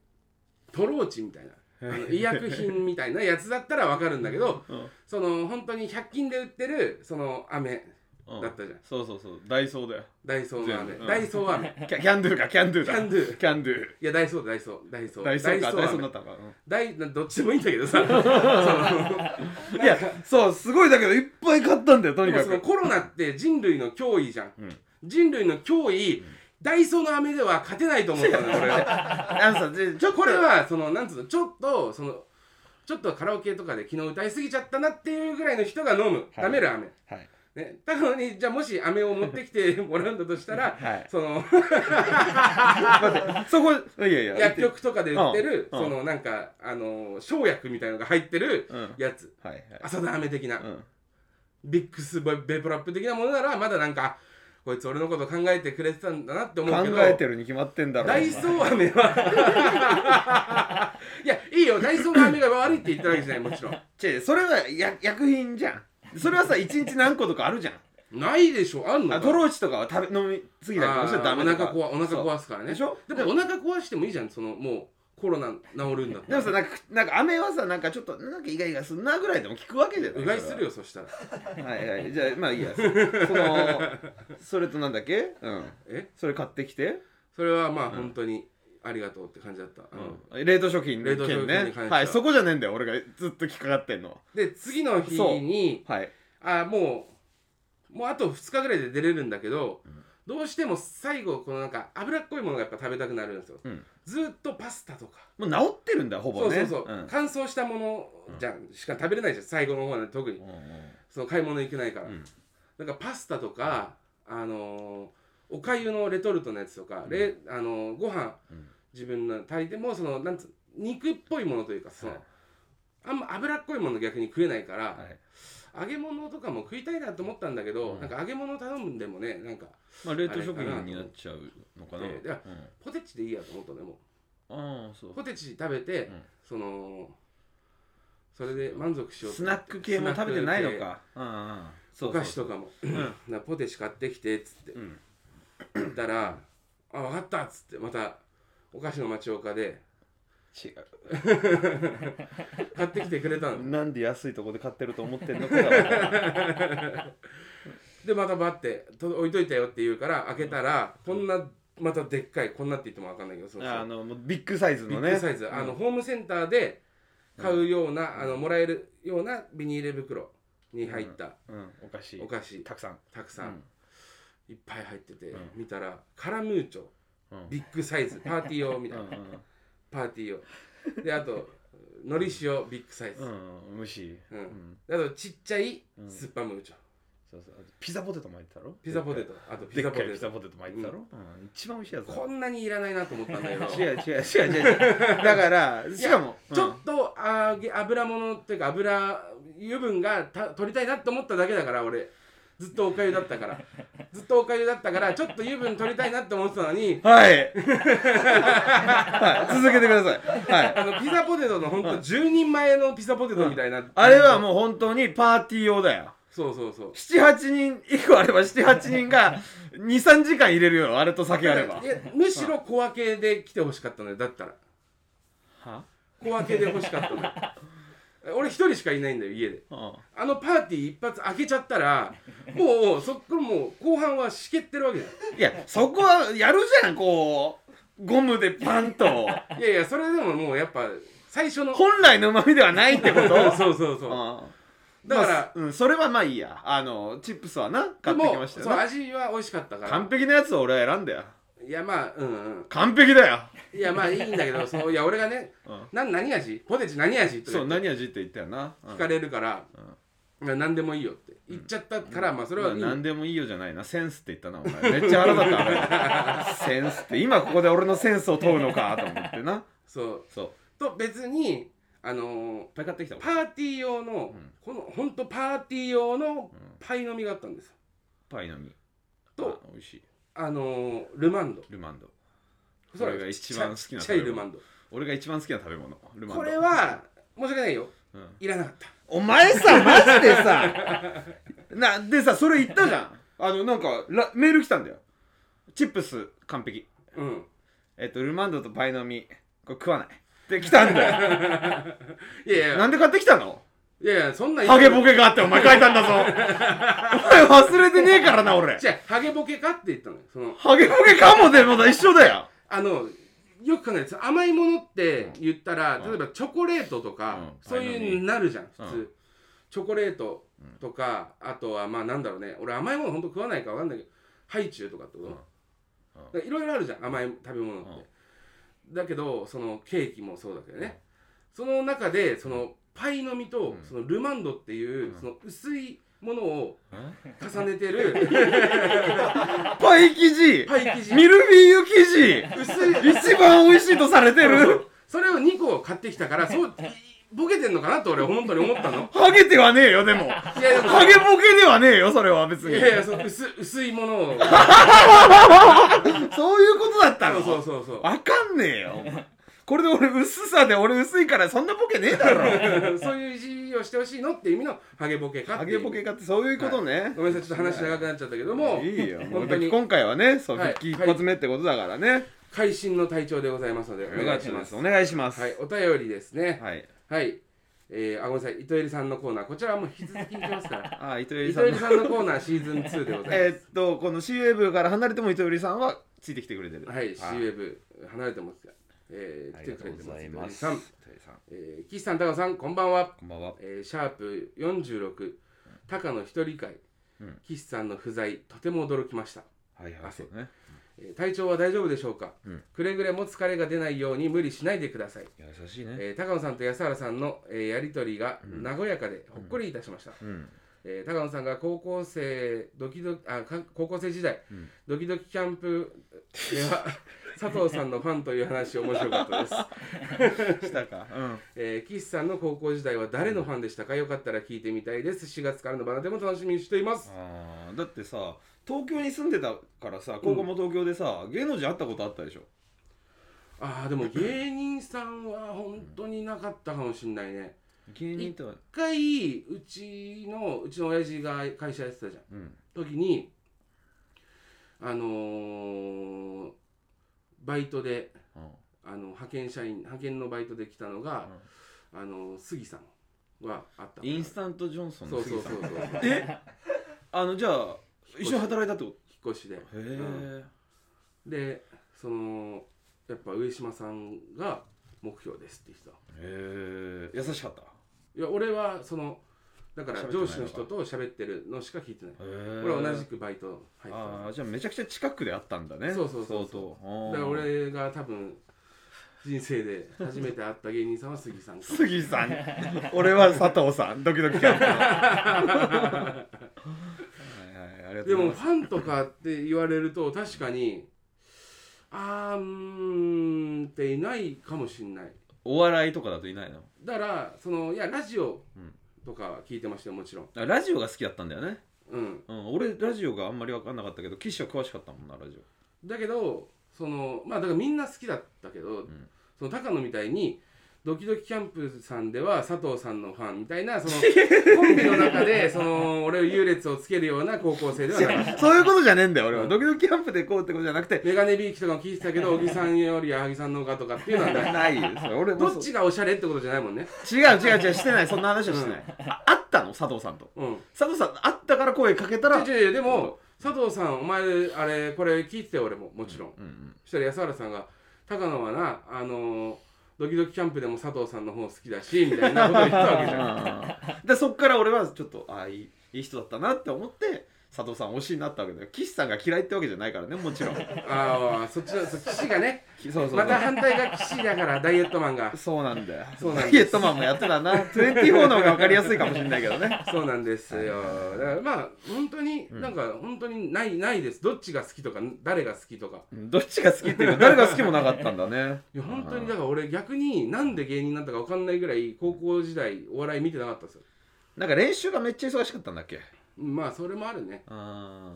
[SPEAKER 1] トローチみたいなあの医薬品みたいなやつだったらわかるんだけど
[SPEAKER 2] うん
[SPEAKER 1] その本当に100均で売ってるその飴
[SPEAKER 2] うん
[SPEAKER 1] だったじゃん
[SPEAKER 2] そうそうそうダイソーだよ
[SPEAKER 1] ダイソーの飴、
[SPEAKER 2] 全部うん
[SPEAKER 1] ダイソー 飴
[SPEAKER 2] キャキャンドゥかキャンドゥ
[SPEAKER 1] キ
[SPEAKER 2] だ
[SPEAKER 1] ャンドゥ
[SPEAKER 2] キャンドゥ
[SPEAKER 1] いやダイソーだダイソーダイソー
[SPEAKER 2] ダイソーかダイソー
[SPEAKER 1] 飴
[SPEAKER 2] になったかうん
[SPEAKER 1] ダイどっちでもいいんだけどさその
[SPEAKER 2] いやそうすごいだけどいっぱい買ったんだよとに
[SPEAKER 1] でも
[SPEAKER 2] か
[SPEAKER 1] その
[SPEAKER 2] く
[SPEAKER 1] コロナって人類の脅威じゃん、
[SPEAKER 2] うん
[SPEAKER 1] 人類の脅威、ダイソーの飴では勝てないと思ったのよ俺は
[SPEAKER 2] あのさじゃあちょっと
[SPEAKER 1] これはそのなんつうのちょっとそのちょっとカラオケとかで昨日歌いすぎちゃったなっていうぐらいの人が飲む
[SPEAKER 2] はい
[SPEAKER 1] ダメる飴
[SPEAKER 2] はい
[SPEAKER 1] ねだのにじゃあもし飴を持ってきてもらうんだとしたら
[SPEAKER 2] はい
[SPEAKER 1] その
[SPEAKER 2] 待ってそこいやい や
[SPEAKER 1] 薬局とかで売ってる
[SPEAKER 2] うんうん
[SPEAKER 1] そのなんかあの生薬みたいのが入ってる
[SPEAKER 2] うんはい
[SPEAKER 1] やつ
[SPEAKER 2] はい
[SPEAKER 1] 朝田飴的な
[SPEAKER 2] うん
[SPEAKER 1] ビックスベベプラップ的なものならまだなんかこいつ俺のこと考えてくれてたんだなって思うけど
[SPEAKER 2] 考えてるに決まってんだろ
[SPEAKER 1] ダイソー飴は いやいいよダイソーの飴が悪いって言ったわけじゃないもちろん
[SPEAKER 2] 違うそれはや薬品じゃんそれはさ一日何個とかあ るじゃん
[SPEAKER 1] ないでしょあんのか
[SPEAKER 2] あトローチとかは食べ飲み過ぎだけ
[SPEAKER 1] あ
[SPEAKER 2] ど
[SPEAKER 1] ー
[SPEAKER 2] そしたらダメ
[SPEAKER 1] お
[SPEAKER 2] と
[SPEAKER 1] 腹
[SPEAKER 2] か
[SPEAKER 1] 壊お腹
[SPEAKER 2] そう
[SPEAKER 1] 壊すからね
[SPEAKER 2] でしょ
[SPEAKER 1] でもお腹壊してもいいじゃんそのもうコロナ治るんだった
[SPEAKER 2] でもさなんかなんか飴はさなんかちょっとなんかイガイガすんなぐらいでも聞くわけじゃないう
[SPEAKER 1] がいするよそしたら
[SPEAKER 2] それははいはいじゃあまあいいやそそ のそれとなんだっけうん
[SPEAKER 1] え
[SPEAKER 2] それ買ってきて、
[SPEAKER 1] それはまあ本当にありがとうって感じだった、あの
[SPEAKER 2] うん冷凍食品
[SPEAKER 1] 冷凍
[SPEAKER 2] の
[SPEAKER 1] 食品
[SPEAKER 2] 件
[SPEAKER 1] に関
[SPEAKER 2] ね
[SPEAKER 1] しては
[SPEAKER 2] はいそこじゃねえんだよ俺がずっと引っかかってんのは
[SPEAKER 1] で次の日に
[SPEAKER 2] はい
[SPEAKER 1] あもうもうあと2日ぐらいで出れるんだけど、どうしても最後このなんか脂っこいものがやっぱ食べたくなるんですよ、
[SPEAKER 2] うん
[SPEAKER 1] ずーっとパスタとか
[SPEAKER 2] もう治ってるんだほぼね
[SPEAKER 1] そうそうそう、
[SPEAKER 2] ん
[SPEAKER 1] 乾燥したものじゃんしか食べれないじゃん最後の方はね特に
[SPEAKER 2] うんうん
[SPEAKER 1] その買い物行けないから、
[SPEAKER 2] うん
[SPEAKER 1] だからパスタとか、あのーおかゆのレトルトのやつとか、れあのーご飯、
[SPEAKER 2] うん
[SPEAKER 1] 自分の炊いてもそのなんつう肉っぽいものというかその、
[SPEAKER 2] はい
[SPEAKER 1] あんま脂っこいもの逆に食えないから、
[SPEAKER 2] はい
[SPEAKER 1] 揚げ物とかも食いたいなと思ったんだけど、
[SPEAKER 2] うん
[SPEAKER 1] なんか揚げ物頼むんでもねなんか
[SPEAKER 2] まあ冷凍食品になっちゃうのかな、
[SPEAKER 1] あれかな
[SPEAKER 2] うん
[SPEAKER 1] ポテチでいいやと思ったのよも
[SPEAKER 2] ああそうう
[SPEAKER 1] ポテチ食べて、
[SPEAKER 2] うん
[SPEAKER 1] そのそれで満足しよう
[SPEAKER 2] ス
[SPEAKER 1] と
[SPEAKER 2] ナ
[SPEAKER 1] 思
[SPEAKER 2] ッ
[SPEAKER 1] って
[SPEAKER 2] ク系も食べてないのかうんうんそ
[SPEAKER 1] お
[SPEAKER 2] うそう
[SPEAKER 1] 菓子とかも
[SPEAKER 2] うん
[SPEAKER 1] なポテチ買ってきてっつって
[SPEAKER 2] うん
[SPEAKER 1] 言ったら「あ分かった」っつってまたお菓子の町岡で
[SPEAKER 2] 違う
[SPEAKER 1] 買ってきてくれたの
[SPEAKER 2] なんで安いとこで買ってると思ってんのかが
[SPEAKER 1] でまたバッてと置いといたよって言うから開けたらこんなまたでっかいこんなって言っても分かんないけどそうそう
[SPEAKER 2] あのもうビッグサイズ
[SPEAKER 1] ビ
[SPEAKER 2] の
[SPEAKER 1] ッ
[SPEAKER 2] ね
[SPEAKER 1] グサイズ、あのホームセンターで買うような、あのもらえるようなビニール袋に入った
[SPEAKER 2] うんお菓子
[SPEAKER 1] お菓子
[SPEAKER 2] たくさん
[SPEAKER 1] たくさん、いっぱい入ってて、
[SPEAKER 2] うん
[SPEAKER 1] 見たらカラムーチョ
[SPEAKER 2] うんうん
[SPEAKER 1] ビッグサイズパーティー用みたいな、パーティー用であとのり塩ビッグサイズ、
[SPEAKER 2] うんうんうん無視
[SPEAKER 1] うん
[SPEAKER 2] うん
[SPEAKER 1] あとちっちゃい
[SPEAKER 2] うん
[SPEAKER 1] スーパームーチョ
[SPEAKER 2] そうそうあとピザポテトも入ってたろ
[SPEAKER 1] ピザポテ
[SPEAKER 2] ト
[SPEAKER 1] トあと
[SPEAKER 2] で
[SPEAKER 1] ピ
[SPEAKER 2] っか
[SPEAKER 1] ザ
[SPEAKER 2] い
[SPEAKER 1] ポテ
[SPEAKER 2] ピザ
[SPEAKER 1] ト
[SPEAKER 2] ポテトも入ってたろうん一番美味しいやつだ
[SPEAKER 1] こんなにいらないなと思ったんだけど
[SPEAKER 2] 違 う違う違う違う違うだからしかも
[SPEAKER 1] ちょっと揚げ油物っていうか油油分がた取りたいなと思っただけだから俺ずっとおかゆだった からずっとおかゆだったからちょっと油分取りたいなって思ってたのに
[SPEAKER 2] うんはい、はい、続けてくださいはい
[SPEAKER 1] あのピザポテトのほんと10人前のピザポテトみたいな、
[SPEAKER 2] あれはもう本当にパーティー用だよ。
[SPEAKER 1] そうそうそう
[SPEAKER 2] 78人、1個あれば78人が2、3時間入れるよ、あれと酒あれば
[SPEAKER 1] い。やむしろ小分けで来てほしかったのよだったら
[SPEAKER 2] は
[SPEAKER 1] 小分けで欲しかったのよ俺一人しかいないんだよ家で
[SPEAKER 2] うん
[SPEAKER 1] あのパーティー一発開けちゃったらもうそっからもう後半はしけってるわけだよ
[SPEAKER 2] いや、そこはやるじゃん、こう、ゴムでパンと。
[SPEAKER 1] いやいやそれでももうやっぱ最初の
[SPEAKER 2] 本来の旨味ではないってこと
[SPEAKER 1] そうそうそうそう
[SPEAKER 2] うん
[SPEAKER 1] だから
[SPEAKER 2] まあうん、それはまあいいや。あの、チップスはな、買
[SPEAKER 1] で
[SPEAKER 2] ってきま
[SPEAKER 1] も
[SPEAKER 2] した
[SPEAKER 1] そ
[SPEAKER 2] よ
[SPEAKER 1] う
[SPEAKER 2] な。
[SPEAKER 1] 味は美味しかったから
[SPEAKER 2] 完璧なやつを俺は選んだよ。
[SPEAKER 1] いやまあうんうん
[SPEAKER 2] 完璧だよ。
[SPEAKER 1] いやまあいいんだけ どそういや俺がね
[SPEAKER 2] うん
[SPEAKER 1] な何味ポテチ何味とか言
[SPEAKER 2] そう、
[SPEAKER 1] って
[SPEAKER 2] 何味って言ったよな。うん
[SPEAKER 1] 聞かれるから、いや何でもいいよって言っちゃったから、まあそれはいいんだけど
[SPEAKER 2] 何でもいいよじゃないなセンスって言ったなお前めっちゃ腹立ったあれセンスって今ここで俺のセンスを問うのかと思ってな
[SPEAKER 1] そう
[SPEAKER 2] そう
[SPEAKER 1] と別にあのー
[SPEAKER 2] いっぱい買ってきた
[SPEAKER 1] パーティー用の、
[SPEAKER 2] うん
[SPEAKER 1] このほんとパーティー用のパイの実があったんですよ
[SPEAKER 2] パイの実
[SPEAKER 1] と
[SPEAKER 2] あ美味しい
[SPEAKER 1] あのールマンド
[SPEAKER 2] ルマンドこれが一番好きな
[SPEAKER 1] ちっちゃいルマンド
[SPEAKER 2] 俺が一番好きな食べ物ルマン
[SPEAKER 1] こ
[SPEAKER 2] ド
[SPEAKER 1] れ、は申し訳ないよ
[SPEAKER 2] うん
[SPEAKER 1] いらなかった
[SPEAKER 2] お前さマジでさなでさそれ言ったじゃんあのなんかラメール来たんだよチップス完璧
[SPEAKER 1] うん
[SPEAKER 2] えっとルマンドとパイの実これ食わないで来たんだよ
[SPEAKER 1] いやいや
[SPEAKER 2] なんで買ってきたの
[SPEAKER 1] いやいやそんな
[SPEAKER 2] ハゲボケがあってお前書いたんだぞお前忘れてねえからな俺
[SPEAKER 1] じゃハゲボケかって言ったのよその
[SPEAKER 2] ハゲボケかもでもだ一緒だよ
[SPEAKER 1] あのよく考えて甘いものって言ったら、
[SPEAKER 2] うん
[SPEAKER 1] 例えばチョコレートとか、
[SPEAKER 2] うん
[SPEAKER 1] そういうのなるじゃん普通、
[SPEAKER 2] うん
[SPEAKER 1] チョコレートとかあとはまあなんだろうね俺甘いものほんと食わないからわかんないけどハイチュウとかってこと、
[SPEAKER 2] うん
[SPEAKER 1] だからいろいろあるじゃん甘い食べ物って、だけどそのケーキもそうだけどね、その中でそのパイの実と、
[SPEAKER 2] うん
[SPEAKER 1] そのルマンドっていう、
[SPEAKER 2] うん
[SPEAKER 1] その薄いものを重ねて る
[SPEAKER 2] パイ生地
[SPEAKER 1] パイ生地
[SPEAKER 2] ミルフィーユ生
[SPEAKER 1] 薄い
[SPEAKER 2] 地一番美味しいとされてる
[SPEAKER 1] それを2個買ってきたからそうボケてんのかなと 俺は本当に思ったの
[SPEAKER 2] ハゲてはねえよでも
[SPEAKER 1] いやいや
[SPEAKER 2] ハゲボケではねえよそれは別
[SPEAKER 1] い
[SPEAKER 2] に
[SPEAKER 1] やいやその薄薄いものを
[SPEAKER 2] そういうことだった
[SPEAKER 1] そ
[SPEAKER 2] の
[SPEAKER 1] うそうそうそう
[SPEAKER 2] わかんねえよお前これで俺薄さで俺薄いからそんなボケねえだろ
[SPEAKER 1] そういういじりをしてほしいのって意味のハゲボケかっ
[SPEAKER 2] ハ
[SPEAKER 1] ていう
[SPEAKER 2] ゲボケかってそういうことね、
[SPEAKER 1] ごめんなさいちょっと話長くなっちゃったけども
[SPEAKER 2] いいよもう
[SPEAKER 1] 本当に
[SPEAKER 2] 今回はねそう
[SPEAKER 1] はい
[SPEAKER 2] 復帰一発目ってことだからね、
[SPEAKER 1] 会心の体調でございますのでお願いします
[SPEAKER 2] お願いします
[SPEAKER 1] はいお便りですね
[SPEAKER 2] はい
[SPEAKER 1] はいえー、あごめんなさい糸襟さんのコーナーこちらはもう引き続きいきますから
[SPEAKER 2] あー糸入さ
[SPEAKER 1] 糸襟
[SPEAKER 2] んの
[SPEAKER 1] さんのコーナーシーズン2でございます、
[SPEAKER 2] えーっとこの c ウェブから離れても糸入さんはついてきてくれてる
[SPEAKER 1] はい、
[SPEAKER 2] あ
[SPEAKER 1] CWEB 離れてますが、えー、来てくれてます。糸井さん、
[SPEAKER 2] 糸入さん
[SPEAKER 1] えー、岸さん、高尾さん、こんばんは。
[SPEAKER 2] こんばんは
[SPEAKER 1] えー、シャープ46、高野一人会、
[SPEAKER 2] うん
[SPEAKER 1] 岸さんの不在、とても驚きました。
[SPEAKER 2] はいはい
[SPEAKER 1] 汗
[SPEAKER 2] そうね
[SPEAKER 1] えー体調は大丈夫でしょうか、
[SPEAKER 2] うん
[SPEAKER 1] くれぐれも疲れが出ないように無理しないでください。
[SPEAKER 2] 優しいね
[SPEAKER 1] えー、高野さんと安原さんの、えーやりとりが
[SPEAKER 2] うん
[SPEAKER 1] 和やかでほっこりいたしました。
[SPEAKER 2] うん
[SPEAKER 1] えー高野さんが高校生ドキドキあか高校生時代、
[SPEAKER 2] うん
[SPEAKER 1] ドキドキキャンプでは 佐藤さんのファンという話面白かったです、
[SPEAKER 2] したかうん
[SPEAKER 1] えー、岸さんの高校時代は誰のファンでしたかよかったら聞いてみたいです4月からのバナでも楽しみにしています
[SPEAKER 2] あーだってさ東京に住んでたからさ高校も東京でさ、芸能人会ったことあったでしょ
[SPEAKER 1] あーでも芸人さんは本当になかったかもしんないね
[SPEAKER 2] 芸人とは
[SPEAKER 1] 一回うちのうちの親父が会社やってたじゃん
[SPEAKER 2] うん
[SPEAKER 1] 時にあのーバイトで
[SPEAKER 2] うん
[SPEAKER 1] あの派遣社員派遣のバイトで来たのが、あの杉さんはあった
[SPEAKER 2] インスタントジョンソン
[SPEAKER 1] そ
[SPEAKER 2] の
[SPEAKER 1] うそう
[SPEAKER 2] 杉さ
[SPEAKER 1] そ
[SPEAKER 2] ん
[SPEAKER 1] うそう
[SPEAKER 2] えあのじゃあ一緒に働いたってこ
[SPEAKER 1] 引っ越しで
[SPEAKER 2] とへえ
[SPEAKER 1] でそのやっぱ上島さんが目標ですって人
[SPEAKER 2] へえ優しかった
[SPEAKER 1] いや俺はそのだから
[SPEAKER 2] 喋ってないの
[SPEAKER 1] 上
[SPEAKER 2] か
[SPEAKER 1] 司の人と喋ってるのしか聞いてない
[SPEAKER 2] へえ
[SPEAKER 1] 俺は同じくバイト入ってた
[SPEAKER 2] ああじゃあめちゃくちゃ近くで会ったんだね
[SPEAKER 1] そうそうそう
[SPEAKER 2] そ
[SPEAKER 1] そうだから俺が多分人生で初めて会った芸人さんは杉さん かも
[SPEAKER 2] 杉さん俺は佐藤さんドキドキ感はいはいあり
[SPEAKER 1] で
[SPEAKER 2] がとうござい
[SPEAKER 1] も
[SPEAKER 2] ます
[SPEAKER 1] ファンとかって言われると確かにあーうーんっていないかもしんない
[SPEAKER 2] お笑いとかだといないの
[SPEAKER 1] だからそのいやラジオ
[SPEAKER 2] うん
[SPEAKER 1] とかは聞いてましたよもちろん
[SPEAKER 2] あラジオが好きだったんだよね、
[SPEAKER 1] うん
[SPEAKER 2] うん、俺ラジオがあんまり分かんなかったけど岸は詳しかったもんなラジオ
[SPEAKER 1] だけどそのまあだからみんな好きだったけど、
[SPEAKER 2] ん
[SPEAKER 1] その高野みたいにドキドキキャンプさんでは佐藤さんのファンみたいなそのコンビの中でその俺を優劣をつけるような高校生ではない
[SPEAKER 2] そういうことじゃねえんだよ俺は、
[SPEAKER 1] うん
[SPEAKER 2] ドキドキキャンプでこうってことじゃなくて
[SPEAKER 1] メガネビーキとかも聞いてたけど小木さんより矢作さんの方がとかっていうのはない
[SPEAKER 2] ないです 俺も
[SPEAKER 1] ど
[SPEAKER 2] そ
[SPEAKER 1] っ
[SPEAKER 2] う
[SPEAKER 1] ちがおしゃれってことじゃないもんね
[SPEAKER 2] 違う違う違うしてないそんな話はしてない、ああったの佐藤さんと
[SPEAKER 1] うん
[SPEAKER 2] 佐藤さん会ったから声かけたら
[SPEAKER 1] 違う違うでも佐藤さんお前あれこれ聞いてたよ俺ももちろん
[SPEAKER 2] うんうん
[SPEAKER 1] そしたら安原さんが「高野はなあのードキドキキャンプでも佐藤さんの方好きだし」みたいなこと言ってたわけじゃん
[SPEAKER 2] でそっから俺はちょっとああいいいい人だったなって思って佐藤さん推しになったわけだよ岸さんが嫌いってわけじゃないからねも ちろんそう
[SPEAKER 1] ああそっちのそう岸がね
[SPEAKER 2] そうそう、
[SPEAKER 1] また反対が岸だからダイエットマンが
[SPEAKER 2] そうなんだよ
[SPEAKER 1] そうなん
[SPEAKER 2] ダ
[SPEAKER 1] です
[SPEAKER 2] イエットマンもやってたな24の 方が分かりやすいかもしれないけどね
[SPEAKER 1] そうなんですよだからまあ本当になんか本当にないないですどっちが好きとか誰が好きとか
[SPEAKER 2] うんどっちが好きっていうか誰が好きもなかったんだね
[SPEAKER 1] いや本当にだから俺逆になんで芸人になったか分かんないぐらい高校時代お笑い見てなかったんですよ
[SPEAKER 2] なんか練習がめっちゃ忙しかったんだっけ
[SPEAKER 1] まあそれもあるね
[SPEAKER 2] あ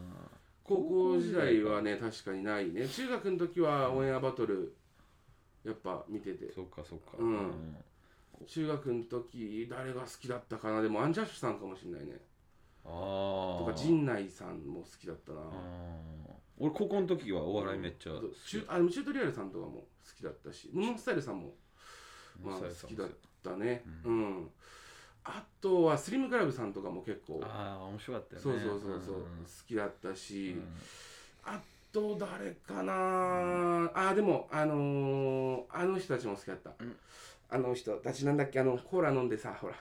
[SPEAKER 1] 高校時代はね確かにないね中学の時はオンエアバトルやっぱ見てて
[SPEAKER 2] そっかそっか
[SPEAKER 1] うん中学の時誰が好きだったかなでもアンジャッシュさんかもしれないね
[SPEAKER 2] ああ
[SPEAKER 1] とか陣内さんも好きだったな
[SPEAKER 2] 俺高校の時はお笑いめっちゃ好
[SPEAKER 1] そう
[SPEAKER 2] き
[SPEAKER 1] チュあでもチュートリアルさんとかも好きだったしモノスタイルさんもまあ
[SPEAKER 2] そう
[SPEAKER 1] 好きだったねうん、あとはスリムクラブさんとかも結構
[SPEAKER 2] ああ面白かったよね
[SPEAKER 1] そうそうそうそう、
[SPEAKER 2] んん
[SPEAKER 1] 好きだったし、
[SPEAKER 2] うん
[SPEAKER 1] あと誰かな、あでもあのーあの人たちも好きだった、
[SPEAKER 2] うん
[SPEAKER 1] あの人たちなんだっけあのコーラ飲んでさほら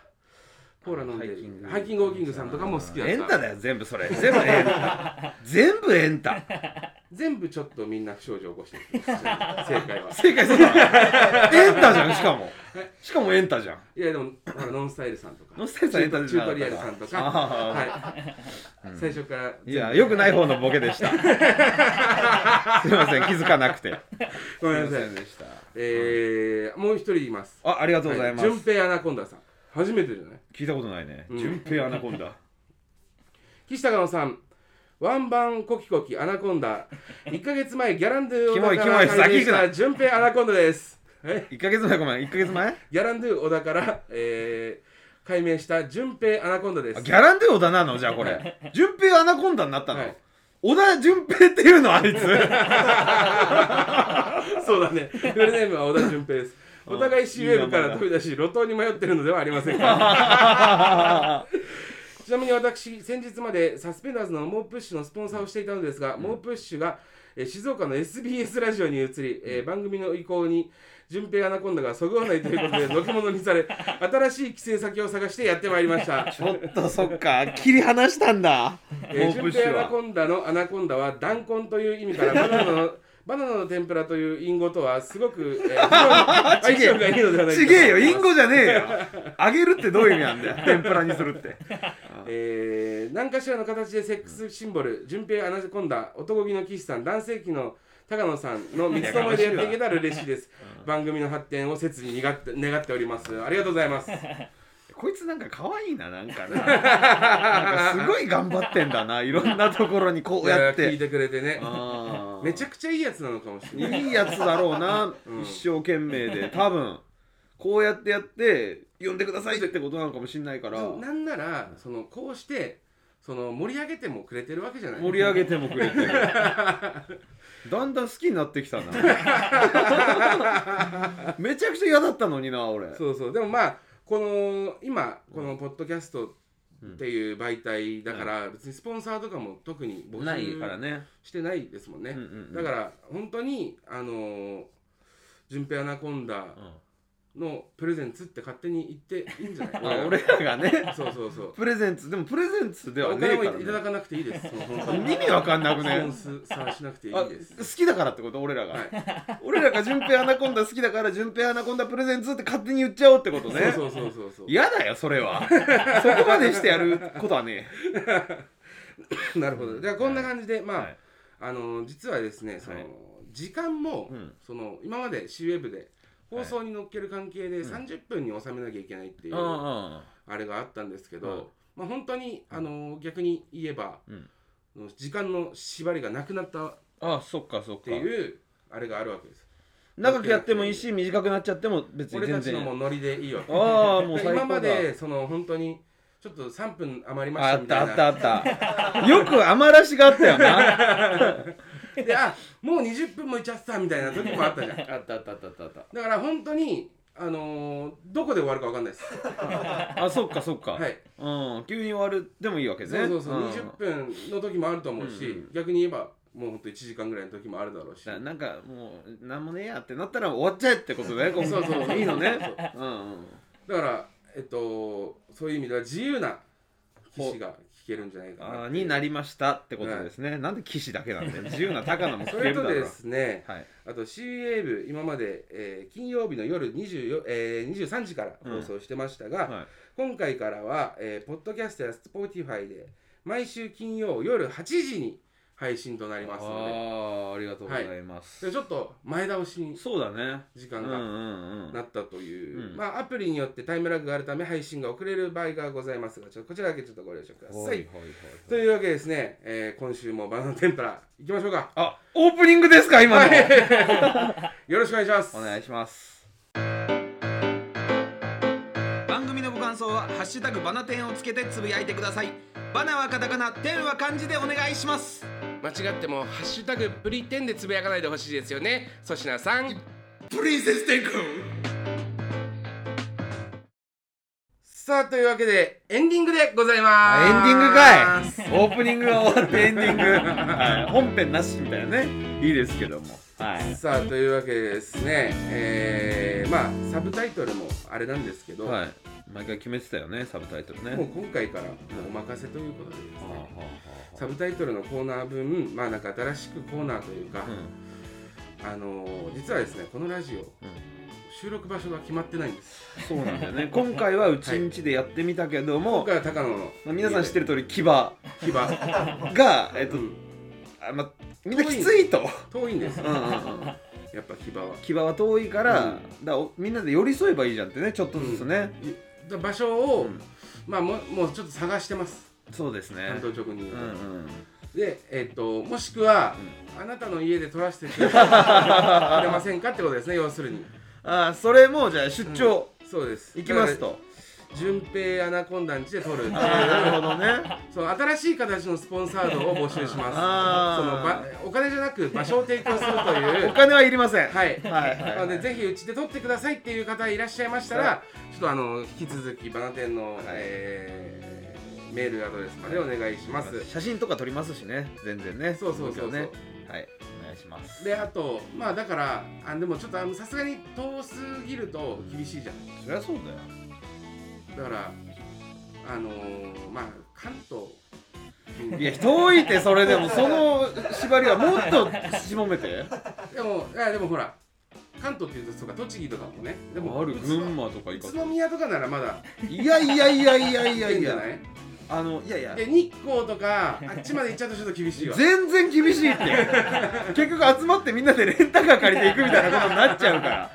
[SPEAKER 1] コーラ飲んで
[SPEAKER 2] ハイキング
[SPEAKER 1] ハイキングウォーキングさんとかも好きだった
[SPEAKER 2] エンタだよ全部そ れ全部エンタ全部エンタ
[SPEAKER 1] 全部ちょっとみんな不祥事起こしてる正解は
[SPEAKER 2] 正解そうだエンタじゃんしかもしかもエンタじゃん
[SPEAKER 1] いやでもほらノンスタイルさんとか
[SPEAKER 2] ノスタイルさんエンタ
[SPEAKER 1] チ
[SPEAKER 2] じ
[SPEAKER 1] ュー
[SPEAKER 2] ゃ
[SPEAKER 1] ト
[SPEAKER 2] なかった
[SPEAKER 1] リアルさんとか
[SPEAKER 2] あー
[SPEAKER 1] はい、最初から
[SPEAKER 2] いやよくない方のボケで したすいません気づかなくて
[SPEAKER 1] ごめんなさい
[SPEAKER 2] すませんでした
[SPEAKER 1] えー、もう一人います
[SPEAKER 2] あありがとうございます、
[SPEAKER 1] はい、順平アナコンダさん初めてじゃない
[SPEAKER 2] 聞いたことないね
[SPEAKER 1] うん
[SPEAKER 2] 純平アナコンダ
[SPEAKER 1] 岸高野さんワンバンコキコキアナコンダ1か月前ギャランドゥ小田から
[SPEAKER 2] キモいキモい
[SPEAKER 1] 改名し
[SPEAKER 2] 先行く
[SPEAKER 1] た順平アナコンダですえ
[SPEAKER 2] 1ヶ月前ごめん1ヶ月前
[SPEAKER 1] ギャランドゥ小田から、えー、改名した順平アナコンダで
[SPEAKER 2] あ
[SPEAKER 1] す
[SPEAKER 2] ギャランドゥ小田なのじゃあこれ 純平アナコンダになったの、
[SPEAKER 1] はい
[SPEAKER 2] 小田純平っていうのあいつ
[SPEAKER 1] そうだね。フルネームは小田純平です。お互い C ウェブから飛び出し、路頭に迷ってるのではありませんか。 ちなみに私、先日までサスペンダーズのモープッシュのスポンサーをしていたのですが、モープッシュが、えー静岡の SBS ラジオに移り、えー番組の意向に順平アナコンダがそぐわないということで、 のけものにされ、新しい帰省先を探してやってまいりました。
[SPEAKER 2] ちょっとそっか切り離したんだ
[SPEAKER 1] えー、
[SPEAKER 2] モー
[SPEAKER 1] 順
[SPEAKER 2] プッシュ
[SPEAKER 1] 平アナ
[SPEAKER 2] は
[SPEAKER 1] コンダのアナコンダは弾痕という意味 からバナナのバナナの天ぷらという隠語とはすごく、えー 相性がいいのではない
[SPEAKER 2] ちげえよイン
[SPEAKER 1] ンゴ
[SPEAKER 2] ゴじゃねえ よあげるってどういう意味なんだよ天ぷらにするって
[SPEAKER 1] えー何かしらの形でセックスシンボル順平アナコンダ男気の騎士さん男性器の高野さんの三つどもえでやっていけたら嬉しいで す番組の発展を切に願って願っておりますありがとうございます
[SPEAKER 2] こいつなんか可愛いななんかななんかすごい頑張ってんだないろんなところにこうやっ
[SPEAKER 1] いや聞い
[SPEAKER 2] て
[SPEAKER 1] てくれてね
[SPEAKER 2] あー
[SPEAKER 1] めちゃくちゃいいやつなのかもしれない
[SPEAKER 2] いいやつだろうな、
[SPEAKER 1] うん
[SPEAKER 2] 一生懸命で多分こうやってやって呼んでくださいってことなのかもしれないから
[SPEAKER 1] なんならそのこうしてその盛り上げてもくれてるわけじゃない
[SPEAKER 2] 盛り上げてもくれてる だんだん好きになってきたな めちゃくちゃ嫌だったのにな俺
[SPEAKER 1] そうそうでもまあこの今このポッドキャストっていう媒体だから、別にスポンサーとかも特に募
[SPEAKER 2] ない
[SPEAKER 1] 集
[SPEAKER 2] からね、
[SPEAKER 1] してないですもんね、
[SPEAKER 2] うんうんうん
[SPEAKER 1] だから本当にあのー順平アナコンダのプレゼンツって勝手に言っていいんじゃない
[SPEAKER 2] まあ俺らがね
[SPEAKER 1] そうそうそう
[SPEAKER 2] プレゼンツでもプレゼンツでは
[SPEAKER 1] お
[SPEAKER 2] ねえ
[SPEAKER 1] 金も
[SPEAKER 2] か
[SPEAKER 1] い
[SPEAKER 2] ら、
[SPEAKER 1] ただ
[SPEAKER 2] ね、
[SPEAKER 1] かなくていいですその本当に
[SPEAKER 2] 意味わかんなくね
[SPEAKER 1] スポンサーしなくてい
[SPEAKER 2] あ
[SPEAKER 1] いです
[SPEAKER 2] 好きだからってこと俺らが、
[SPEAKER 1] はい
[SPEAKER 2] 俺らが順平アナコンダ好きだから順平アナコンダプレゼンツって勝手に言っちゃおうってことね
[SPEAKER 1] そうそうそうそうそう
[SPEAKER 2] 嫌だよそれはそこまでしてやることはね
[SPEAKER 1] なるほど。じゃあこんな感じで、まあ、
[SPEAKER 2] はい
[SPEAKER 1] あの実はですね、その、
[SPEAKER 2] はい
[SPEAKER 1] 時間も、
[SPEAKER 2] うん
[SPEAKER 1] その今まで C ウェブで放送に乗っける関係で
[SPEAKER 2] ん
[SPEAKER 1] 30分に収めなきゃいけないっていう、
[SPEAKER 2] あ
[SPEAKER 1] あれがあったんですけど、
[SPEAKER 2] はい
[SPEAKER 1] まあ本当にあの逆に言えば、
[SPEAKER 2] うん
[SPEAKER 1] 時間の縛りがなくなったっ
[SPEAKER 2] あそっかそって
[SPEAKER 1] いうあれがあるわけです。
[SPEAKER 2] 長くやってもいいし短くなっちゃっても別に
[SPEAKER 1] 俺た
[SPEAKER 2] 全
[SPEAKER 1] ちのも
[SPEAKER 2] 然
[SPEAKER 1] うノリでいいわけ。
[SPEAKER 2] ああもう
[SPEAKER 1] で
[SPEAKER 2] 最高だ
[SPEAKER 1] 今までその本当にちょっと3分余りまし
[SPEAKER 2] あ
[SPEAKER 1] た
[SPEAKER 2] っ
[SPEAKER 1] みたい
[SPEAKER 2] た
[SPEAKER 1] な
[SPEAKER 2] あったあ ったよく余らしがあったよな
[SPEAKER 1] であもう20分もいっちゃってたみたいな時もあったじゃん
[SPEAKER 2] あったあったあったあったあった
[SPEAKER 1] だから本当にあのーどこで終わるかわかんないです。
[SPEAKER 2] あそっかそっか、
[SPEAKER 1] はい。
[SPEAKER 2] うん急に終わるでもいいわけね
[SPEAKER 1] そうそうそう。
[SPEAKER 2] ん
[SPEAKER 1] 20分の時もあると思うし、
[SPEAKER 2] うんうん
[SPEAKER 1] 逆に言えばもう本当1時間ぐらいの時もあるだろうし。
[SPEAKER 2] ななんかもうなんもねえやってなったら終わっちゃえってこと ねこ
[SPEAKER 1] そうそうそう
[SPEAKER 2] いいのね
[SPEAKER 1] そう
[SPEAKER 2] うんうん
[SPEAKER 1] だからえっとそういう意味では自由な騎士が聞けるんじゃないかな
[SPEAKER 2] あ
[SPEAKER 1] っ
[SPEAKER 2] ー
[SPEAKER 1] ていう
[SPEAKER 2] になりましたってことですね、なんで騎士だけなんだよ自由な高野も
[SPEAKER 1] そ
[SPEAKER 2] 聞け
[SPEAKER 1] れ
[SPEAKER 2] るだ
[SPEAKER 1] と
[SPEAKER 2] ろう
[SPEAKER 1] ですね、
[SPEAKER 2] はい
[SPEAKER 1] あと CA 部今まで、えー金曜日の夜24、えー23時から放送してましたが、
[SPEAKER 2] はい
[SPEAKER 1] 今回からは、えーポッドキャストや Spotify で毎週金曜夜8時に配信となりますので。
[SPEAKER 2] あーありがとうございます、
[SPEAKER 1] でちょっと前倒しに
[SPEAKER 2] そうだね
[SPEAKER 1] 時
[SPEAKER 2] う
[SPEAKER 1] 間
[SPEAKER 2] んう
[SPEAKER 1] が
[SPEAKER 2] んう
[SPEAKER 1] なんったという、
[SPEAKER 2] うん
[SPEAKER 1] まあアプリによってタイムラグがあるため配信が遅れる場合がございますがちょっとこちらだけちょっとご了承ください、というわけでですね、えー今週もバナナ天ぷらいきましょうか
[SPEAKER 2] あオープニングですか今の、
[SPEAKER 1] よろしくお願いし ます
[SPEAKER 2] お願いします番組のご感想は「ハッシュタグバナテン」をつけてつぶやいてくださいバナはカタカナテンは漢字でお願いします
[SPEAKER 1] 間違っても「ハッシュタグプリテン」でつぶやかないでほしいですよね粗品さん
[SPEAKER 2] プリンセステン君
[SPEAKER 1] さあというわけでエンディングでございま
[SPEAKER 2] エン
[SPEAKER 1] す
[SPEAKER 2] ディングかい オープニングが終わってエンディング、はい、本編なしみたいなねいいですけどもはい
[SPEAKER 1] さあというわけでですねえー、まあサブタイトルもあれなんですけど、
[SPEAKER 2] はい毎回決めてたよねサブタイトルね
[SPEAKER 1] もう今回からお任せということでです
[SPEAKER 2] はあは
[SPEAKER 1] ね、
[SPEAKER 2] あは
[SPEAKER 1] サブタイトルのコーナー分、まあ、なんか新しくコーナーというか
[SPEAKER 2] あ、うん
[SPEAKER 1] あのー実はですね、このラジオ、収録場所が決まってないんです。
[SPEAKER 2] そうなんだよね今回はうちんちでやってみたけども、
[SPEAKER 1] 今回は高野の、
[SPEAKER 2] まあ、皆さん知って
[SPEAKER 1] る
[SPEAKER 2] る通り牙が、
[SPEAKER 1] 牙、 う
[SPEAKER 2] えっと
[SPEAKER 1] ん
[SPEAKER 2] あまあ、みんなきついと
[SPEAKER 1] 遠いんですよ
[SPEAKER 2] う、んうんうん
[SPEAKER 1] やっぱ牙は。
[SPEAKER 2] 牙は遠いから,、
[SPEAKER 1] うん
[SPEAKER 2] だからおみんなで寄り添えばいいじゃんってねちょっとずつね、
[SPEAKER 1] だ場所を、
[SPEAKER 2] うん
[SPEAKER 1] まあもう、もうちょっと探してます、
[SPEAKER 2] そうですね
[SPEAKER 1] 担当直人
[SPEAKER 2] うん
[SPEAKER 1] が、
[SPEAKER 2] うん
[SPEAKER 1] で、えっと、もしくは、あなたの家で撮らせてく れくれませんかってことですね、要するに。
[SPEAKER 2] ああそれもじゃあ出張
[SPEAKER 1] そうです。
[SPEAKER 2] 行きます。と、
[SPEAKER 1] 順平アナコンダンチで撮るっていう。
[SPEAKER 2] ああなるほどね
[SPEAKER 1] そう新しい形のスポンサードを募集します。
[SPEAKER 2] あー
[SPEAKER 1] そのばお金じゃなく場所を提供するとい
[SPEAKER 2] お
[SPEAKER 1] う。
[SPEAKER 2] 金はいりませんい
[SPEAKER 1] はい。
[SPEAKER 2] はいはい、
[SPEAKER 1] なのでぜひうちで撮ってくださいっていう方いらっしゃいましたら、ちょっとあの引き続きバナテンの、えーメールアドレスまでお願いします。
[SPEAKER 2] 写真とか撮りますしね全然ね
[SPEAKER 1] そうそうそうそう
[SPEAKER 2] の時はねはいお願いします
[SPEAKER 1] であとまあだからあでもちょっとあのさすがに遠すぎると厳しいじゃん。
[SPEAKER 2] そりゃそうだよ
[SPEAKER 1] だからあのーまあ関東近
[SPEAKER 2] いや遠いってそれでもその縛りはもっとしぼめて
[SPEAKER 1] でもいやでもほら関東っていうとそうか栃木とかもねでも
[SPEAKER 2] ある
[SPEAKER 1] うちは
[SPEAKER 2] 群馬とか
[SPEAKER 1] 宇
[SPEAKER 2] 行か
[SPEAKER 1] 都宮とかならまだ
[SPEAKER 2] いやいやいやいやい
[SPEAKER 1] い
[SPEAKER 2] や
[SPEAKER 1] けん
[SPEAKER 2] い
[SPEAKER 1] じゃ
[SPEAKER 2] や
[SPEAKER 1] ない
[SPEAKER 2] あのいやいや
[SPEAKER 1] で日光とかあっちまで行っちゃうとちょっと厳しいわ
[SPEAKER 2] 全然厳しいって結局集まってみんなでレンタカー借りていくみたいなことになっちゃうから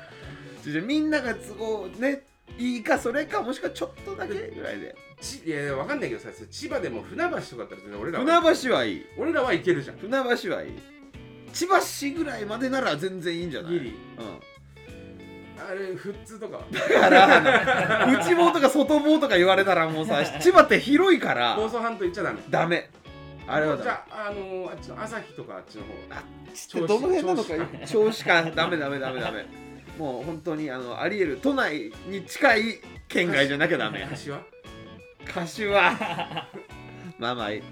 [SPEAKER 2] じゃあみんなが都合ねいいかそれかもしくはちょっとだけぐらいで
[SPEAKER 1] ちいやいやわかんないけどさ千葉でも船橋とかだったら全然俺らは
[SPEAKER 2] 船橋はいい
[SPEAKER 1] 俺らは行けるじゃん
[SPEAKER 2] 船橋はいい千葉市ぐらいまでなら全然いいんじゃない
[SPEAKER 1] ギリ
[SPEAKER 2] うん
[SPEAKER 1] あれ普通とかは
[SPEAKER 2] だからあの内房とか外房とか言われたらもうさ千葉って広いから
[SPEAKER 1] 房総半島行っちゃダメ
[SPEAKER 2] ダメあれはダ
[SPEAKER 1] じ
[SPEAKER 2] メ
[SPEAKER 1] ゃあ、あのー、あっちの朝日とかあっちの方
[SPEAKER 2] どの辺なのか 調子感ダメダメダメダメもう本当にあのありえる都内に近い県外じゃなきゃダ メ
[SPEAKER 1] 柏
[SPEAKER 2] 柏まあまあね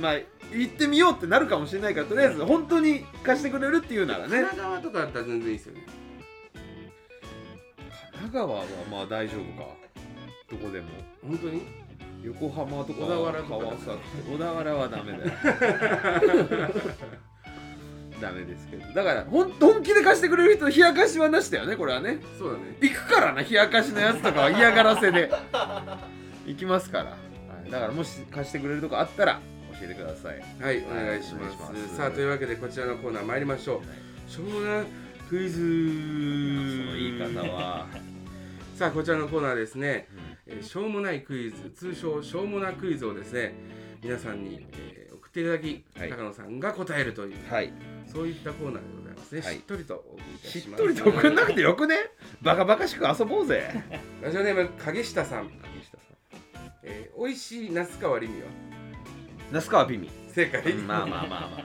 [SPEAKER 2] まあ行ってみようってなるかもしれないからとりあえず本当に貸してくれるっていうなら
[SPEAKER 1] 神
[SPEAKER 2] ね神
[SPEAKER 1] 奈川とかだったら全然いいですよね
[SPEAKER 2] 奈川はまあ大丈夫かどこでも
[SPEAKER 1] 本当に
[SPEAKER 2] 横浜とか
[SPEAKER 1] 小田原とか
[SPEAKER 2] 川崎小田原はダメだよ ダメですけどだからほん本気で貸してくれる人冷やかしはなしだよねこれはね
[SPEAKER 1] そうだね
[SPEAKER 2] 行くからな冷やかしのやつとかは嫌がらせで行きますから、はい、だからもし貸してくれるとこあったら教えてください
[SPEAKER 1] はいお願いします,、
[SPEAKER 2] お願いします
[SPEAKER 1] さあというわけでこちらのコーナー参りましょうしょうもないクイズ
[SPEAKER 2] その言い方は、
[SPEAKER 1] さあこちらのコーナーですね、えーしょうもないクイズ通称しょうもなクイズをですね皆さんに、えー送っていただき、
[SPEAKER 2] はい
[SPEAKER 1] 高野さんが答えるという
[SPEAKER 2] はい
[SPEAKER 1] そういったコーナーでございますね、
[SPEAKER 2] はい
[SPEAKER 1] しっとりとお送りいた
[SPEAKER 2] し
[SPEAKER 1] し
[SPEAKER 2] っ
[SPEAKER 1] ます
[SPEAKER 2] とりと送んなくてよくねバカバカしく遊ぼうぜ
[SPEAKER 1] ラジオネーム影下さん、
[SPEAKER 2] 影下さ
[SPEAKER 1] えー、美味しい那須川りみは
[SPEAKER 2] ん那須川美味
[SPEAKER 1] 正解、
[SPEAKER 2] まあまあまあまあまあ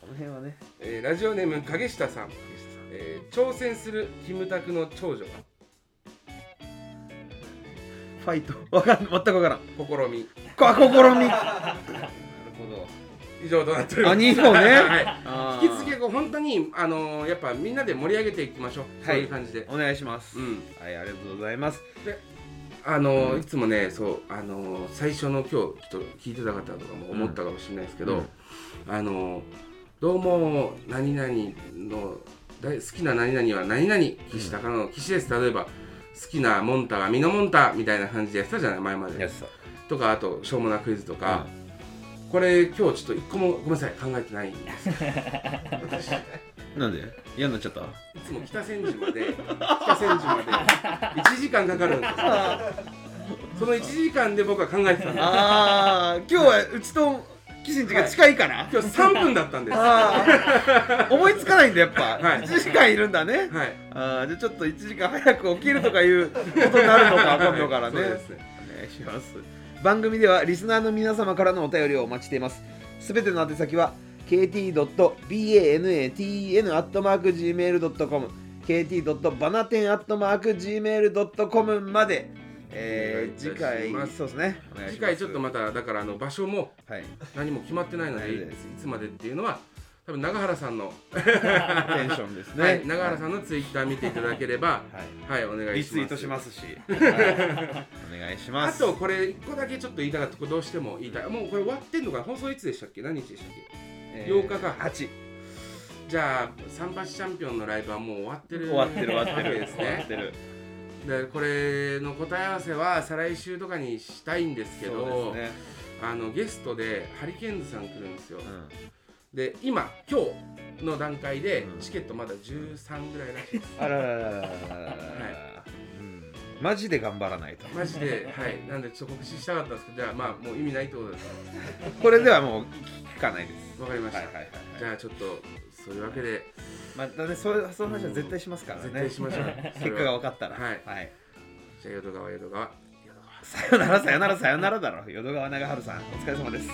[SPEAKER 2] この辺はね
[SPEAKER 1] えーラジオネーム影下さん、えー挑戦するキムタクの長女が
[SPEAKER 2] ファイトわかん全くわからん
[SPEAKER 1] 試み
[SPEAKER 2] か試みなる
[SPEAKER 1] 以上となってお
[SPEAKER 2] ほ
[SPEAKER 1] り
[SPEAKER 2] ど
[SPEAKER 1] ます
[SPEAKER 2] あ2個ね、
[SPEAKER 1] はい
[SPEAKER 2] あー
[SPEAKER 1] 引き続きこう本当にあのーやっぱみんなで盛り上げていきましょう、そういう感じで
[SPEAKER 2] お願いします、
[SPEAKER 1] うん
[SPEAKER 2] はいありがとうございます
[SPEAKER 1] あのー
[SPEAKER 2] うん
[SPEAKER 1] いつもねそうあのー最初の今日ちょっと聞いてた方とかも思ったかもしれないですけど、あのーどうも何々の大好きな何々は何々岸高野の岸です例えば好きなモンタはミノモンタみたいな感じでやってたじゃない前まで
[SPEAKER 2] さ
[SPEAKER 1] とかあとしょうもなクイズとか、これ今日ちょっと一個もごめんなさい考えてないんですよ 私
[SPEAKER 2] なんで嫌になっちゃった
[SPEAKER 1] いつも北千住まで北千住まで1時間かかるんですよその1時間で僕は考えてたんです
[SPEAKER 2] あー今日はうちとキシンジが近いから、
[SPEAKER 1] 今日3分だったんですは
[SPEAKER 2] あー思いつかないんだやっぱ、
[SPEAKER 1] はい
[SPEAKER 2] 1時間いるんだね
[SPEAKER 1] い
[SPEAKER 2] あーじゃあちょっと1時間早く起きるとかいうことになるのか今度からね
[SPEAKER 1] そうですね
[SPEAKER 2] お願いします番組ではリスナーの皆様からのお便りをお待ちしていますすべての宛先は kt.banatn.gmail.com kt.banaten.gmail.com まで、えー、次
[SPEAKER 1] お願いいたしま
[SPEAKER 2] 回
[SPEAKER 1] す
[SPEAKER 2] そうですねお願いします
[SPEAKER 1] 次回ちょっとまただからあの場所も
[SPEAKER 2] はい
[SPEAKER 1] 何も決まってないので
[SPEAKER 2] はい
[SPEAKER 1] いつまでっていうのは多分永原さんの、
[SPEAKER 2] テンションですね、
[SPEAKER 1] はい、永原さんのツイッター見ていただければ
[SPEAKER 2] はい
[SPEAKER 1] はいお願いします
[SPEAKER 2] リツイートしますし、お願いしま
[SPEAKER 1] あ
[SPEAKER 2] す
[SPEAKER 1] とこれ1個だけちょっと言いたかったこれどうしても言いたいもうこれ終わってんのかな放送いつでしたっけ何日でしたっけ8日か
[SPEAKER 2] 8
[SPEAKER 1] じゃあ桟橋チャンピオンのライブはもう終わってる
[SPEAKER 2] 終わってる終わって
[SPEAKER 1] わけ
[SPEAKER 2] る
[SPEAKER 1] です
[SPEAKER 2] 終わ
[SPEAKER 1] ね
[SPEAKER 2] ってる
[SPEAKER 1] でこれの答え合わせは再来週とかにしたいんですけ
[SPEAKER 2] そ
[SPEAKER 1] ど
[SPEAKER 2] うですね、
[SPEAKER 1] あのゲストでハリケーンズさん来るんですよ、
[SPEAKER 2] うん
[SPEAKER 1] で今今日の段階で
[SPEAKER 2] うん
[SPEAKER 1] チケットまだ13ぐらいらしいです、
[SPEAKER 2] あらら らららららら
[SPEAKER 1] は
[SPEAKER 2] うんマジで頑張らないと
[SPEAKER 1] マジ ではいなんでちょっと告知したかったんですけどじゃあまあもう意味ないってことです
[SPEAKER 2] これではもう聞かないです
[SPEAKER 1] わかりました、
[SPEAKER 2] はいはいはいはい
[SPEAKER 1] じゃあちょっとそういうわけで
[SPEAKER 2] またねそういうそういう話は絶対しますからね
[SPEAKER 1] 絶対しましょう
[SPEAKER 2] 結果が分かったら
[SPEAKER 1] はい
[SPEAKER 2] はい、
[SPEAKER 1] じゃあ淀川淀川淀川
[SPEAKER 2] さよならさよならさよならだろ淀川長春さんお疲れ様です